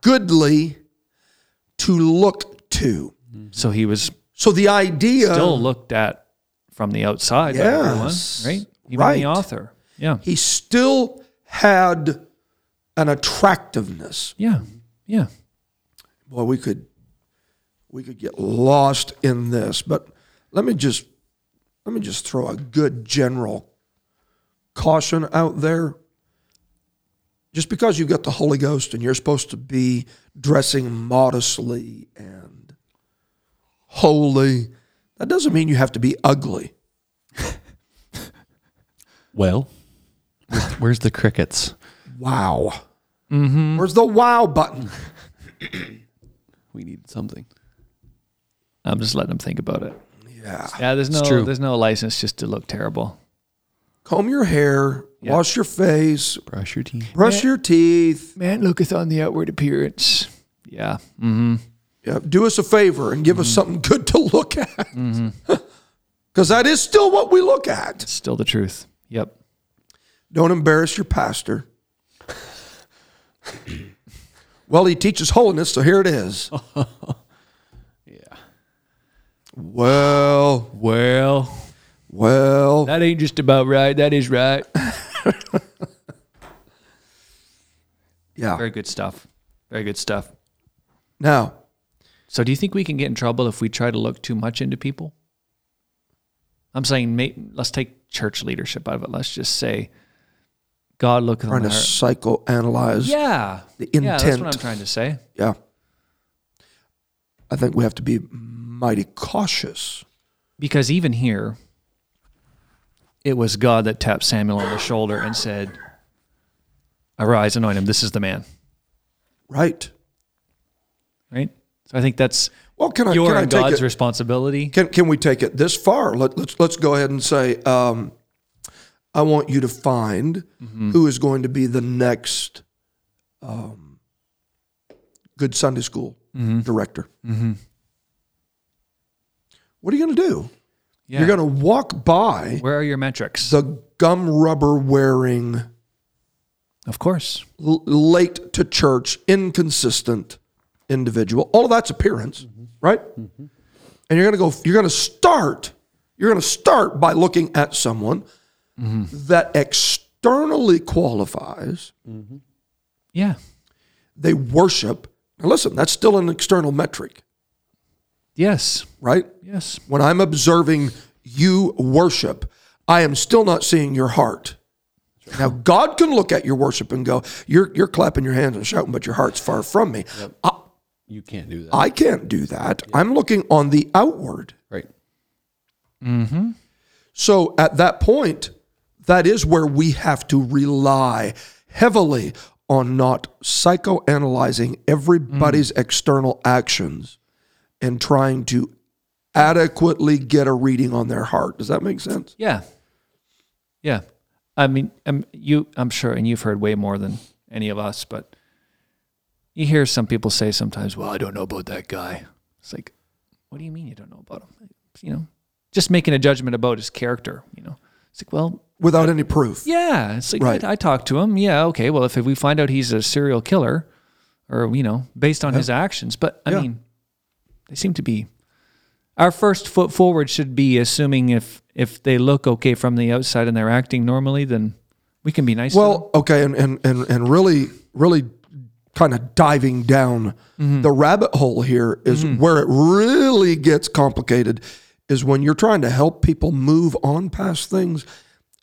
S2: goodly to look to.
S1: So he was
S2: So the idea
S1: still looked at from the outside by everyone,
S2: Uh, Yes.
S1: right? Even
S2: Right.
S1: the author. Yeah.
S2: he still had an attractiveness.
S1: Yeah. Yeah.
S2: Boy, we could we could get lost in this, but let me just let me just throw a good general caution out there. Just because you've got the Holy Ghost and you're supposed to be dressing modestly and holy, that doesn't mean you have to be ugly.
S3: Well, where's the crickets?
S2: Wow. Where's the wow button?
S3: We need something.
S1: I'm just letting him think about it.
S2: Yeah.
S1: Yeah, there's no
S3: true.
S1: there's no license just to look terrible.
S2: Comb your hair, wash your face,
S3: Brush your teeth.
S2: brush your teeth.
S1: Man looketh on the outward appearance. Yeah. mm,
S2: Yeah, do us a favor and give
S1: Mm-hmm.
S2: us something good to look at. Because is still what we look at.
S1: Still the truth. Yep.
S2: Don't embarrass your pastor. well, he teaches holiness, so here it is. yeah. Well,
S1: Well,
S2: well.
S1: that ain't just about right. That is right.
S2: yeah.
S1: Very good stuff. Very good stuff.
S2: Now,
S1: So, do you think we can get in trouble if we try to look too much into people? I'm saying, ma- let's take church leadership out of it. Let's just say, God looketh on
S2: trying
S1: the
S2: to
S1: heart.
S2: psychoanalyze.
S1: Yeah.
S2: the
S1: Yeah, that's what
S2: intent.
S1: I'm trying to say.
S2: Yeah. I think we have to be mighty cautious.
S1: Because even here, it was God that tapped Samuel on the shoulder and said, Arise, anoint him. This is the man.
S2: Right.
S1: Right? So, I think that's
S2: Well, can I,
S1: your
S2: can I
S1: and
S2: take
S1: God's
S2: it?
S1: responsibility.
S2: Can, can we take it this far? Let, let's, let's go ahead and say, um, I want you to find
S1: Mm-hmm.
S2: who is going to be the next um, good Sunday school
S1: Mm-hmm.
S2: director. What are you going to do?
S1: Yeah.
S2: You're going to walk by
S1: Where are your metrics?
S2: the gum rubber wearing,
S1: Of course.
S2: l- late to church, inconsistent individual. All of that's appearance, right? And you're gonna go. You're gonna start. You're gonna start by looking at someone that externally qualifies.
S1: Yeah.
S2: They worship. Now listen, that's still an external metric,
S1: Yes.
S2: right?
S1: Yes.
S2: When I'm observing you worship, I am still not seeing your heart. Now God can look at your worship and go, "You're you're clapping your hands and shouting, but your heart's far from me." I-
S3: You can't do that.
S2: I can't do that. I'm looking on the outward.
S3: right.
S2: So at that point, that is where we have to rely heavily on not psychoanalyzing everybody's external actions and trying to adequately get a reading on their heart. Does that make sense?
S1: Yeah. Yeah. I mean, um, you, I'm sure, and you've heard way more than any of us, but you hear some people say sometimes, well, I don't know about that guy. It's like, what do you mean you don't know about him? You know, just making a judgment about his character, you know. It's like, well,
S2: Without any proof.
S1: yeah. It's like,
S2: Right.
S1: I, I talked to him. Yeah. Okay. Well, if, if we find out he's a serial killer or, you know, based on his actions, but I
S2: Yeah.
S1: mean, they seem to be. Our first foot forward should be assuming if if they look okay from the outside and they're acting normally, then we can be nice. to them.
S2: Well, okay, and and and, and really, really, kind of diving down
S1: Mm-hmm.
S2: the rabbit hole here is where it really gets complicated. Is when you're trying to help people move on past things,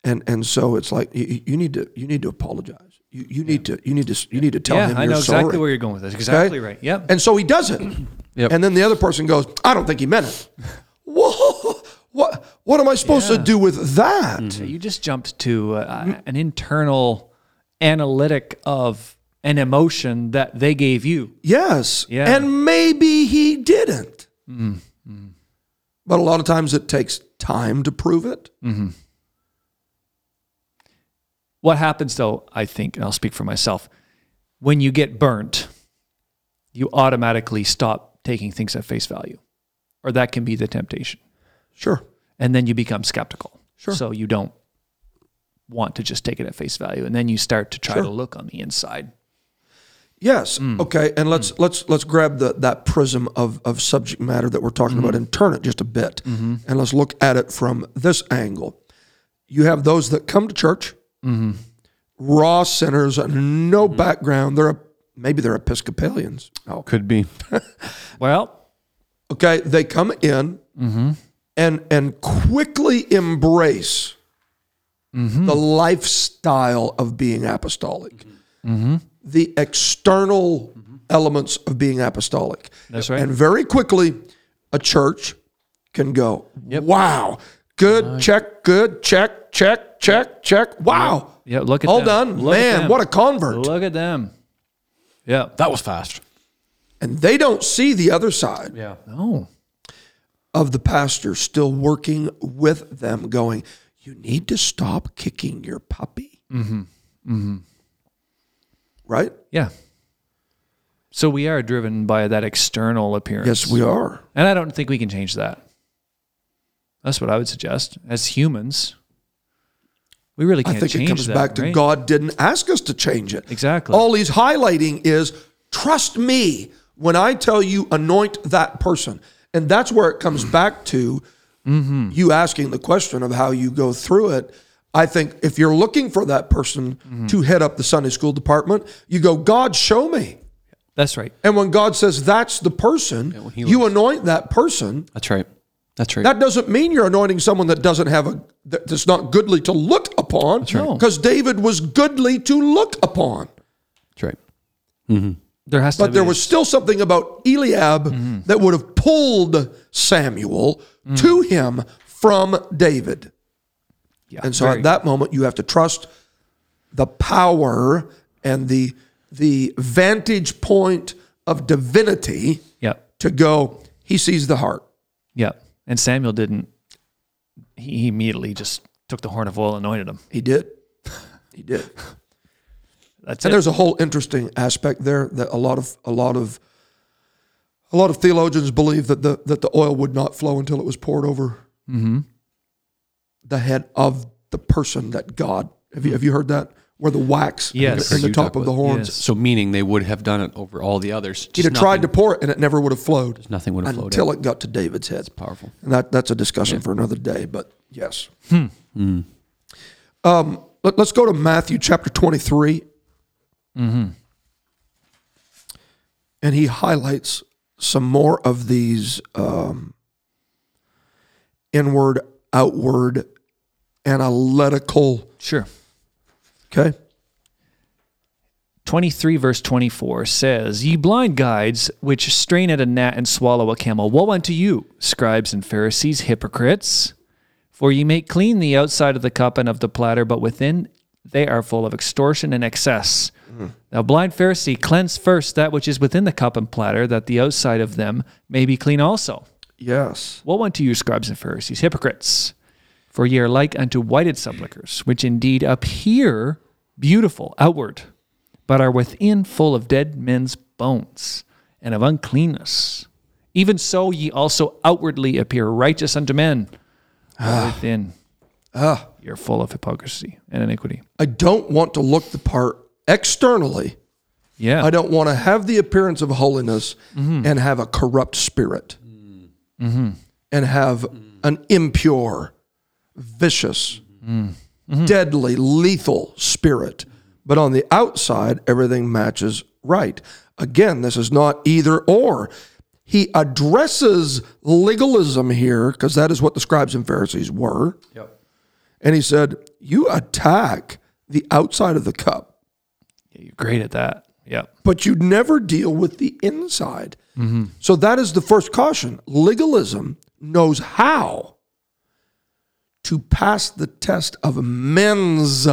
S2: and and so it's like you, you need to you need to apologize. You, you need to you need to you need to tell
S1: yeah,
S2: him
S1: I
S2: you're
S1: know
S2: sorry.
S1: exactly where you're going with this. Exactly
S2: Okay?
S1: right. Yep.
S2: And so he does it. And then the other person goes, I don't think he meant it. Whoa, what what am I supposed to do with that?
S1: you just jumped to uh, an internal analytic of an emotion that they gave you.
S2: Yes.
S1: Yeah.
S2: And maybe he didn't. But a lot of times it takes time to prove it.
S1: What happens though, I think, and I'll speak for myself, when you get burnt, you automatically stop taking things at face value, or that can be the temptation.
S2: Sure.
S1: And then you become skeptical. Sure. So you don't want to just take it at face value. And then you start to try to look on the inside.
S2: Yes. Okay. And let's let's let's grab the that prism of of subject matter that we're talking about and turn it just a bit, and let's look at it from this angle. You have those that come to church, raw sinners, no background. They're maybe they're Episcopalians. Oh,
S3: Could be.
S1: Well,
S2: okay they come in
S1: Mm-hmm.
S2: and and quickly embrace
S1: Mm-hmm.
S2: the lifestyle of being apostolic
S1: Mm-hmm.
S2: the external elements of being apostolic
S1: That's right.
S2: and very quickly a church can go wow good check good check check check check wow
S1: yeah, look at
S2: hold
S1: them.
S2: on
S1: Look at
S2: man
S1: them.
S2: what a convert
S1: Look at them. Yeah.
S3: That was fast.
S2: and they don't see the other side
S3: Yeah.
S1: No.
S2: of the pastor still working with them, going, You need to stop kicking your puppy. Mm-hmm. Mm-hmm. Right?
S1: Yeah. So we are driven by that external appearance.
S2: Yes, we are.
S1: And I don't think we can change that. That's what I would suggest. As humans, we really
S2: I
S1: can't
S2: think it
S1: change
S2: comes
S1: that.
S2: back to
S1: right?
S2: God didn't ask us to change it.
S1: Exactly.
S2: All he's highlighting is trust me when I tell you anoint that person. And that's where it comes back to
S1: Mm-hmm.
S2: you asking the question of how you go through it. I think if you're looking for that person
S1: Mm-hmm.
S2: to head up the Sunday school department, you go, God, show me.
S1: That's right.
S2: And when God says that's the person, you anoint that person.
S3: That's right. That's right.
S2: That doesn't mean you're anointing someone that doesn't have a that- that's not goodly to look upon. Because David was goodly to look upon,
S3: That's right.
S1: There has to
S2: but
S1: be
S2: there was still something about Eliab
S1: Mm-hmm.
S2: that would have pulled Samuel
S1: Mm.
S2: to him from David.
S1: yeah,
S2: And so
S1: very-
S2: at that moment, you have to trust the power and the the vantage point of divinity
S1: yeah,
S2: to go. He sees the heart.
S1: yeah. And Samuel didn't. He he immediately just took the horn of oil, and anointed him.
S2: He did. He did.
S1: That's
S2: And
S1: it.
S2: there's a whole interesting aspect there that a lot of a lot of a lot of theologians believe that the that the oil would not flow until it was poured over the head of the person that God. Have you have you heard that? Where the wax in the-
S1: Yes.
S2: in the
S3: You
S2: top
S3: talk
S2: of the
S3: about-
S2: horns.
S1: Yes.
S3: So meaning they would have done it over all the others.
S2: He'd have tried to pour it and it never would have flowed.
S3: nothing would have flowed
S2: until it got to David's head.
S3: Powerful.
S2: And that, that's a discussion for another day, but yes. Um, let, us go to Matthew chapter 23. And he highlights some more of these um, inward, outward, analytical.
S1: sure.
S2: Okay.
S1: 23 verse 24 says, Ye blind guides, which strain at a gnat and swallow a camel, woe unto you, scribes and Pharisees, hypocrites! For ye make clean the outside of the cup and of the platter, but within they are full of extortion and excess. Now, blind Pharisee, cleanse first that which is within the cup and platter, that the outside of them may be clean also.
S2: Yes.
S1: Woe unto you, scribes and Pharisees, hypocrites! For ye are like unto whited sepulchres, which indeed appear beautiful outward, but are within full of dead men's bones and of uncleanness. Even so, ye also outwardly appear righteous unto men, but
S2: Ah.
S1: within ye are full of hypocrisy and iniquity.
S2: I don't want to look the part externally.
S1: Yeah,
S2: I don't want to have the appearance of holiness and have a corrupt spirit and have an impure, vicious, deadly, lethal spirit. But on the outside, everything matches right. Again, this is not either or. He addresses legalism here because that is what the scribes and Pharisees were. And he said, You attack the outside of the cup
S1: you're great at that. Yeah,
S2: but you never deal with the inside. So that is the first caution. Legalism knows how to pass the test of men's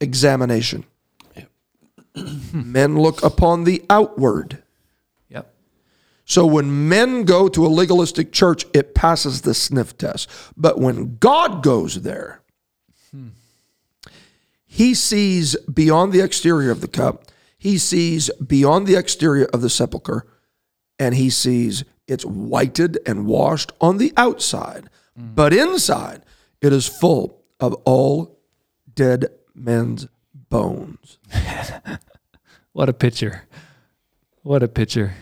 S2: examination. Men look upon the outward.
S1: yeah,
S2: So when men go to a legalistic church, it passes the sniff test. But when God goes there, he sees beyond the exterior of the cup, he sees beyond the exterior of the sepulcher, and he sees it's whited and washed on the outside, but inside it is full of all dead men's bones.
S1: What a picture. What a picture.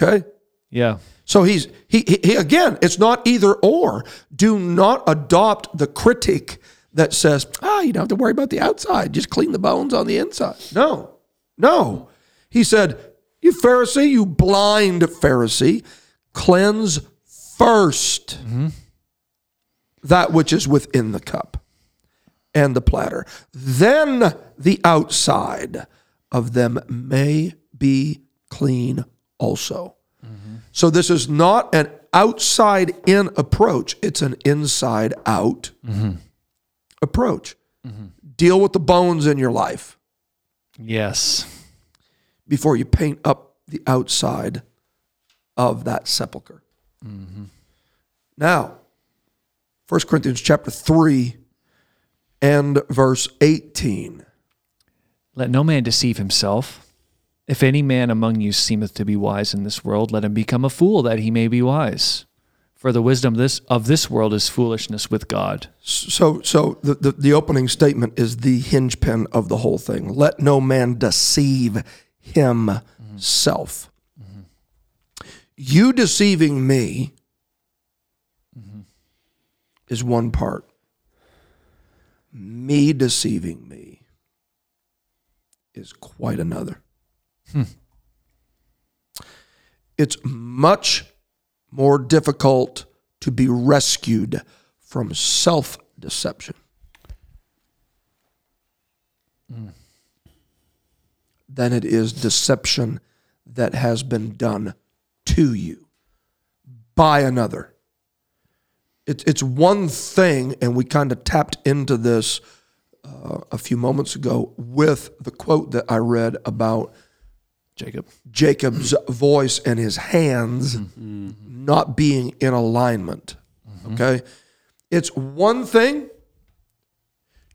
S2: Okay?
S1: Yeah.
S2: So he's he, he, he again. It's not either or. Do not adopt the critic that says, "Ah, you don't have to worry about the outside. Just clean the bones on the inside." No, no. He said, "You Pharisee, you blind Pharisee, cleanse 1st that which is within the cup and the platter. Then the outside of them may be clean also." So this is not an outside in approach, it's an inside out approach. Deal with the bones in your life
S1: Yes.
S2: before you paint up the outside of that sepulcher. Now, 1 Corinthians chapter 3 and verse 18.
S1: Let no man deceive himself. If any man among you seemeth to be wise in this world, let him become a fool that he may be wise. For the wisdom this, of this world is foolishness with God.
S2: So, so the, the, the opening statement is the hinge pin of the whole thing. Let no man deceive himself. You deceiving me is one part. Me deceiving me is quite another. It's much more difficult to be rescued from self deception than it is deception that has been done to you by another. It, it's one thing, and we kind of tapped into this uh, a few moments ago with the quote that I read about
S1: Jacob.
S2: Jacob's voice and his hands not being in alignment. Okay? It's one thing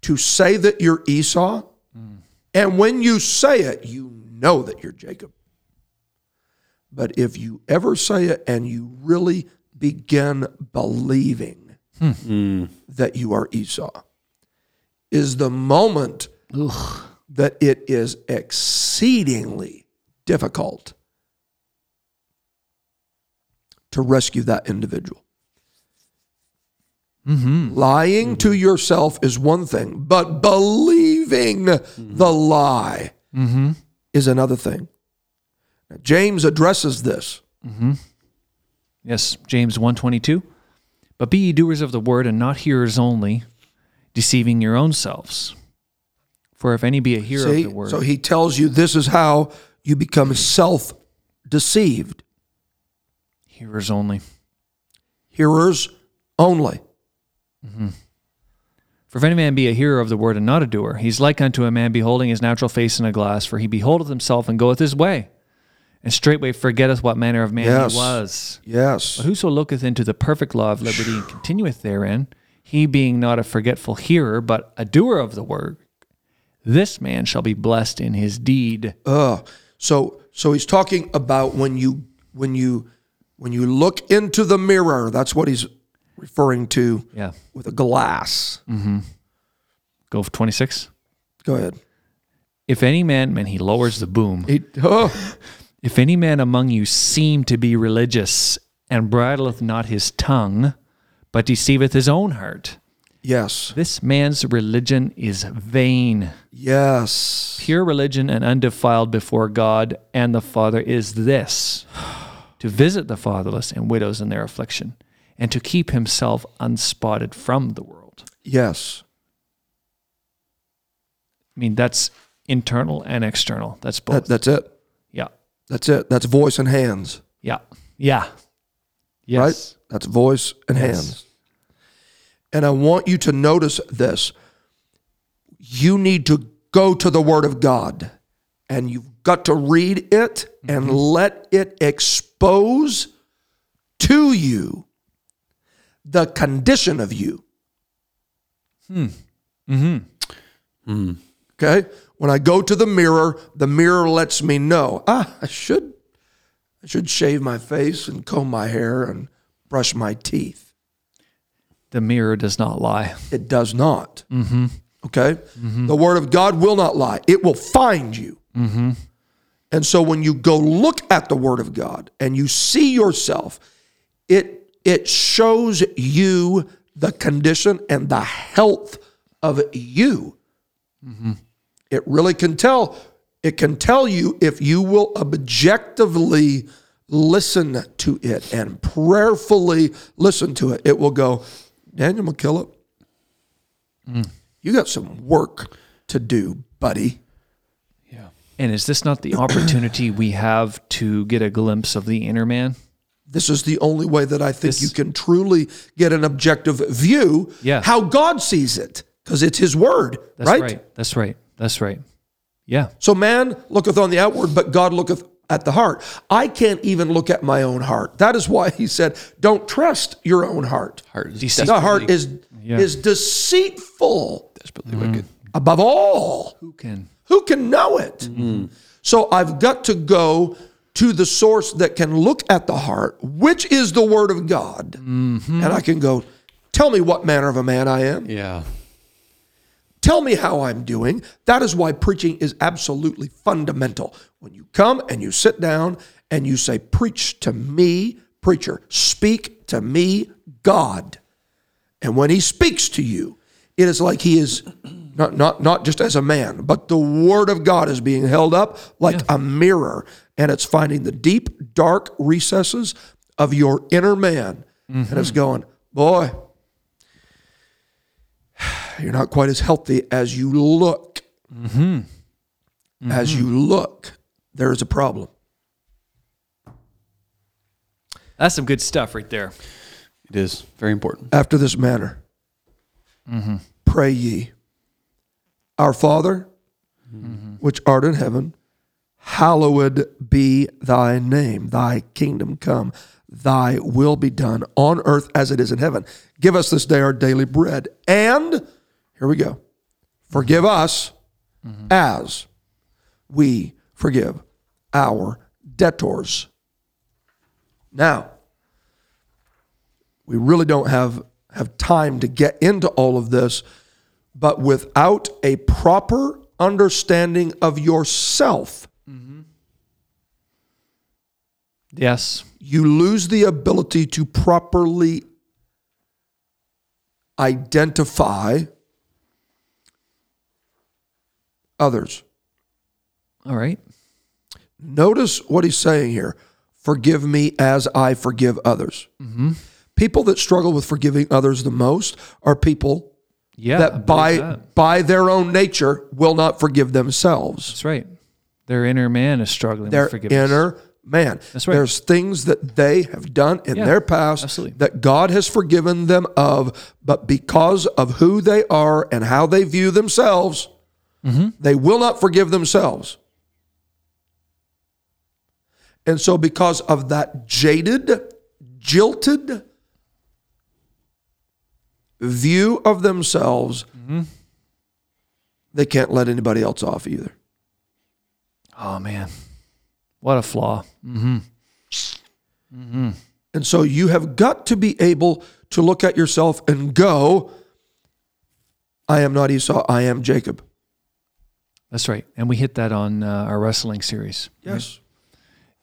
S2: to say that you're Esau, and when you say it, you know that you're Jacob. But if you ever say it and you really begin believing that you are Esau, is the moment that it is exceedingly difficult to rescue that individual.
S1: Mm-hmm.
S2: Lying to yourself is one thing, but believing
S1: Mm-hmm.
S2: the lie is another thing. Now, James addresses this.
S1: Yes, James 122. But be ye doers of the word and not hearers only, deceiving your own selves. For if any be a hearer
S2: See?
S1: of the word,
S2: So he tells you this is how you become self deceived.
S1: hearers only.
S2: Hearers only.
S1: For if any man be a hearer of the word and not a doer, he is like unto a man beholding his natural face in a glass, for he beholdeth himself and goeth his way, and straightway forgetteth what manner of man
S2: Yes.
S1: he was.
S2: Yes.
S1: But whoso looketh into the perfect law of liberty and continueth therein, he being not a forgetful hearer, but a doer of the work, this man shall be blessed in his deed.
S2: So so he's talking about when you when you when you look into the mirror. That's what he's referring to
S1: Yeah. Mm.
S2: with a glass.
S1: Go for 26.
S2: Go ahead.
S1: If any man, and he lowers the boom,
S2: He, oh,
S1: if any man among you seem to be religious and bridleth not his tongue, but deceiveth his own heart,
S2: yes.
S1: this man's religion is vain.
S2: Yes.
S1: Pure religion and undefiled before God and the Father is this to visit the fatherless and widows in their affliction, and to keep himself unspotted from the world.
S2: Yes.
S1: I mean, that's internal and external. That's both.
S2: That, that's it.
S1: yeah.
S2: That's it. That's voice and hands.
S1: Yeah. Yeah. Yes.
S2: Right? That's voice and hands. And I want you to notice this. You need to go to the Word of God and you've got to read it and let it expose to you the condition of you. Hmm. Mm-hmm. Okay. When I go to the mirror, the mirror lets me know, ah, I should I should shave my face and comb my hair and brush my teeth.
S1: The mirror does not lie.
S2: It does not. Mm-hmm. Okay? The word of God will not lie, it will find you. Mm-hmm. And so when you go look at the word of God and you see yourself, it, it shows you the condition and the health of you. Mm-hmm. It really can tell. It can tell you if you will objectively listen to it and prayerfully listen to it. It will go, Daniel McKillop, you got some work to do, buddy.
S1: And is this not the opportunity we have to get a glimpse of the inner man?
S2: This is the only way that I think you can truly get an objective view
S1: Yeah.
S2: how God sees it, because it's His word,
S1: That's right. That's right. That's right. Yeah.
S2: So man looketh on the outward, but God looketh at the heart. I can't even look at my own heart. That is why he said, "Don't trust your own heart.
S3: Heart is
S1: Deceit.
S2: The heart is
S1: Yeah.
S2: is deceitful
S3: desperately wicked.
S2: above all.
S1: Who can?
S2: Who can know it?" So I've got to go to the source that can look at the heart, which is the Word of God, and I can go. Tell me what manner of a man I am.
S3: Yeah.
S2: Tell me how I'm doing. That is why preaching is absolutely fundamental. When you come and you sit down and you say, Preach to me, preacher, speak to me, God. And when he speaks to you, it is like he is not, not, not just as a man, but the word of God is being held up like a mirror and it's finding the deep, dark recesses of your inner man. And it's going, Boy, you're not quite as healthy as you look. As you look, there is a problem.
S1: That's some good stuff right there.
S3: It is very important.
S2: After this manner, pray ye, Our Father, which art in heaven, hallowed be thy name, thy kingdom come, thy will be done on earth as it is in heaven. Give us this day our daily bread, and here we go. Forgive us as we forgive our debtors. Now, we really don't have, have time to get into all of this, but without a proper understanding of yourself,
S1: Yes.
S2: you lose the ability to properly identify others.
S1: All right.
S2: Notice what he's saying here forgive me as I forgive others. People that struggle with forgiving others the most are people
S1: Yeah. I
S2: that
S1: believe
S2: by
S1: that.
S2: by their own nature will not forgive themselves.
S1: That's right. Their inner man is struggling
S2: Their
S1: with forgiveness.
S2: inner man. That's
S1: right.
S2: There's things that they have done in
S1: Yeah,
S2: their past
S1: absolutely.
S2: that God has forgiven them of, but because of who they are and how they view themselves,
S1: Mm-hmm.
S2: they will not forgive themselves. And so, because of that jaded, jilted view of themselves,
S1: Mm-hmm.
S2: they can't let anybody else off either.
S1: oh, man. What a flaw.
S2: And so you have got to be able to look at yourself and go, I am not Esau, I am Jacob.
S1: That's right. And we hit that on uh, our wrestling series.
S2: Yes.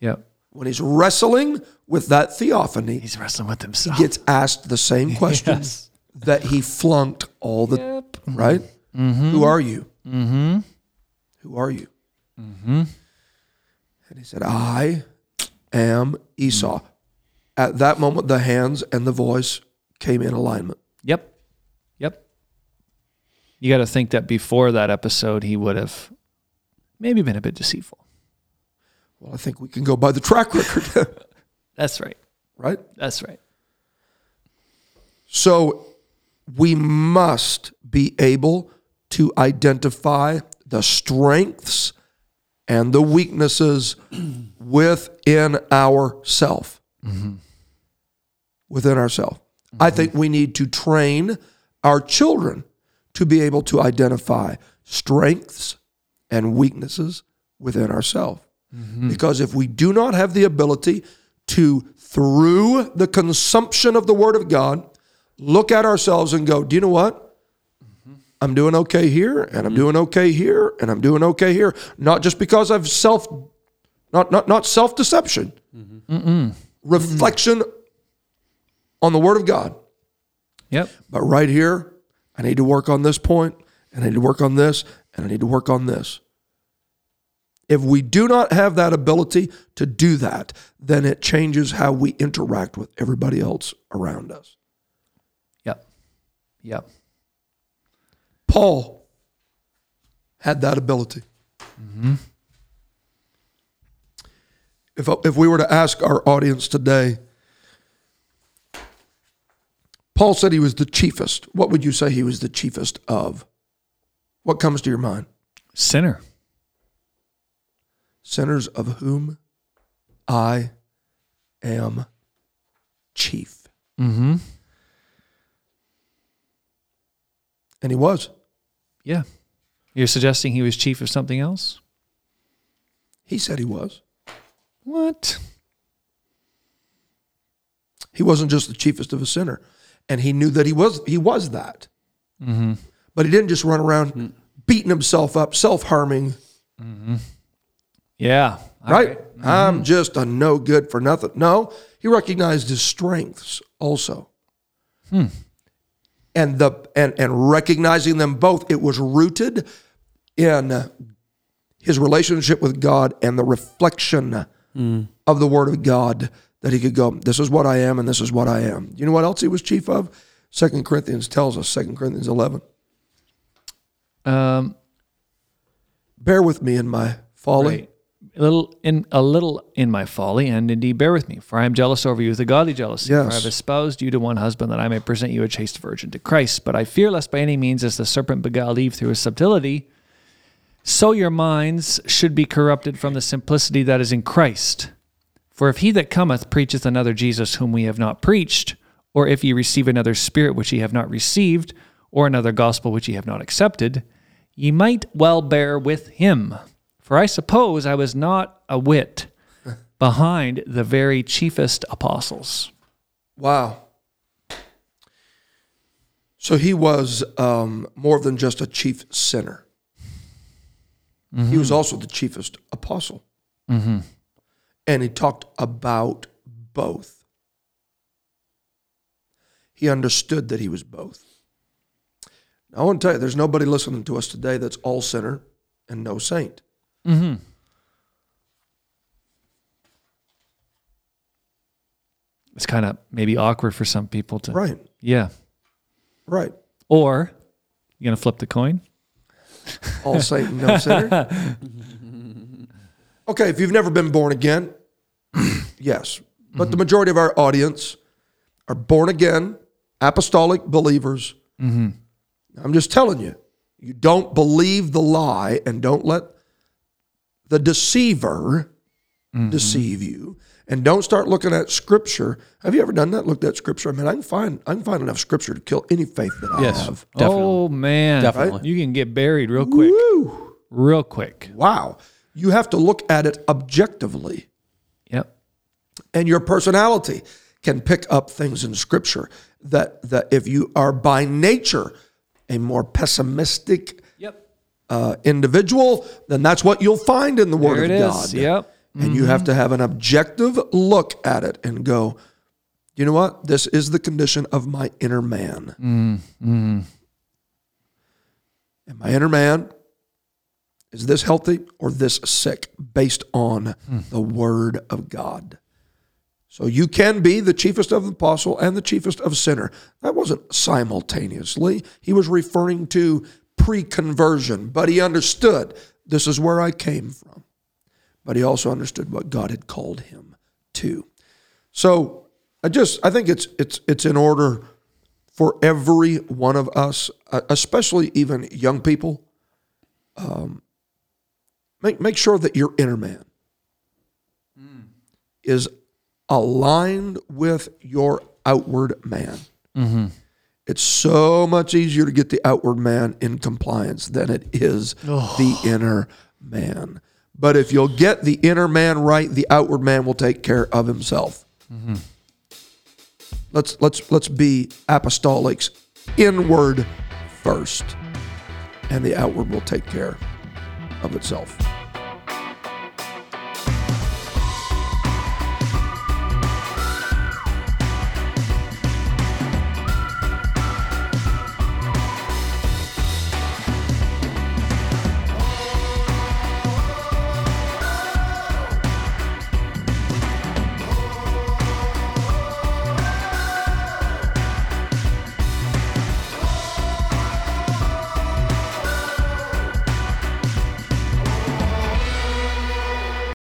S1: Yeah.
S2: When he's wrestling with that theophany,
S1: He's wrestling with himself.
S2: gets asked the same question that he flunked all the
S1: Yep.
S2: right? Who are you? Mm-hmm. Who are you? Mm-hmm. And he said, I am Esau. At that moment, the hands and the voice came in alignment.
S1: Yep. Yep. You got to think that before that episode, he would have maybe been a bit deceitful.
S2: Well, I think we can go by the track record,
S1: That's right.
S2: right?
S1: That's right.
S2: So we must be able to identify the strengths and the weaknesses within ourself. Mm-hmm. Within ourself. I think we need to train our children to be able to identify strengths and weaknesses within ourselves. Because if we do not have the ability to, through the consumption of the Word of God, look at ourselves and go, do you know what? I'm doing okay here, and I'm doing okay here, and I'm doing okay here. Not just because I've self, not not not self deception, reflection on the Word of God.
S1: Yep.
S2: But right here, I need to work on this point, and I need to work on this, and I need to work on this. If we do not have that ability to do that, then it changes how we interact with everybody else around us.
S1: Yep. Yep.
S2: Paul had that ability. If, if we were to ask our audience today, Paul said he was the chiefest. What would you say he was the chiefest of? What comes to your mind?
S1: Sinner.
S2: Sinners of whom I am chief. Mm-hmm. And he was.
S1: Yeah. You're suggesting he was chief of something else?
S2: He said he was.
S1: What?
S2: He wasn't just the chiefest of a sinner, and he knew that he was he was that. But he didn't just run around beating himself up, self harming.
S1: Yeah. All
S2: Right? I'm just a no good for nothing. No, he recognized his strengths also.
S1: Hmm.
S2: And the and and recognizing them both, it was rooted in his relationship with God and the reflection
S1: Hmm.
S2: of the Word of God that he could go, this is what I am and this is what I am. You know what else he was chief of? Second Corinthians tells us, Second Corinthians 11.
S1: Um,
S2: Bear with me in my folly.
S1: right. A little in a little in my folly, and indeed bear with me, for I am jealous over you with a godly jealousy. For I have
S2: Yes.
S1: espoused you to one husband, that I may present you a chaste virgin to Christ. But I fear lest by any means, as the serpent beguiled Eve through his subtlety, so your minds should be corrupted from the simplicity that is in Christ. For if he that cometh preacheth another Jesus whom we have not preached, or if ye receive another spirit which ye have not received, or another gospel which ye have not accepted, ye might well bear with him. For I suppose I was not a whit behind the very chiefest apostles.
S2: Wow. So he was um, more than just a chief sinner. He was also the chiefest apostle. And he talked about both. He understood that he was both. I want to tell you, there's nobody listening to us today that's all sinner and no saint.
S1: It's kind of maybe awkward for some people to.
S2: Right,
S1: Yeah.
S2: right.
S1: Or you going to flip the coin?
S2: All saint and no sinner. Okay, if you've never been born again, yes. But the majority of our audience are born again, apostolic believers. I'm just telling you, you don't believe the lie and don't let the deceiver Mm-hmm. deceive you. And don't start looking at scripture. Have you ever done that? Looked at scripture. I mean, I can find I can find enough scripture to kill any faith that I
S3: Yes.
S2: have.
S3: Definitely.
S1: Oh, man.
S3: Definitely.
S1: You can get buried real quick. Real quick.
S2: Wow. You have to look at it objectively.
S1: Yep.
S2: and your personality can pick up things in scripture that that if you are by nature a more pessimistic
S1: Yep.
S2: uh, individual then that's what you'll find in the word
S1: There
S2: of
S1: it is.
S2: god
S1: Yep.
S2: and you have to have an objective look at it and go you know what this is the condition of my inner man and my inner man is this healthy or this sick based on the word of god so you can be the chiefest of apostle and the chiefest of sinner. That wasn't simultaneously. He was referring to pre-conversion, but he understood this is where I came from. But he also understood what God had called him to. So I just I think it's it's it's in order for every one of us, uh, especially even young people, um, make make sure that your inner man is aligned with your outward man. It's so much easier to get the outward man in compliance than it is the inner man. But if you'll get the inner man right, the outward man will take care of himself. Let's let's let's be apostolics inward first, and the outward will take care of itself.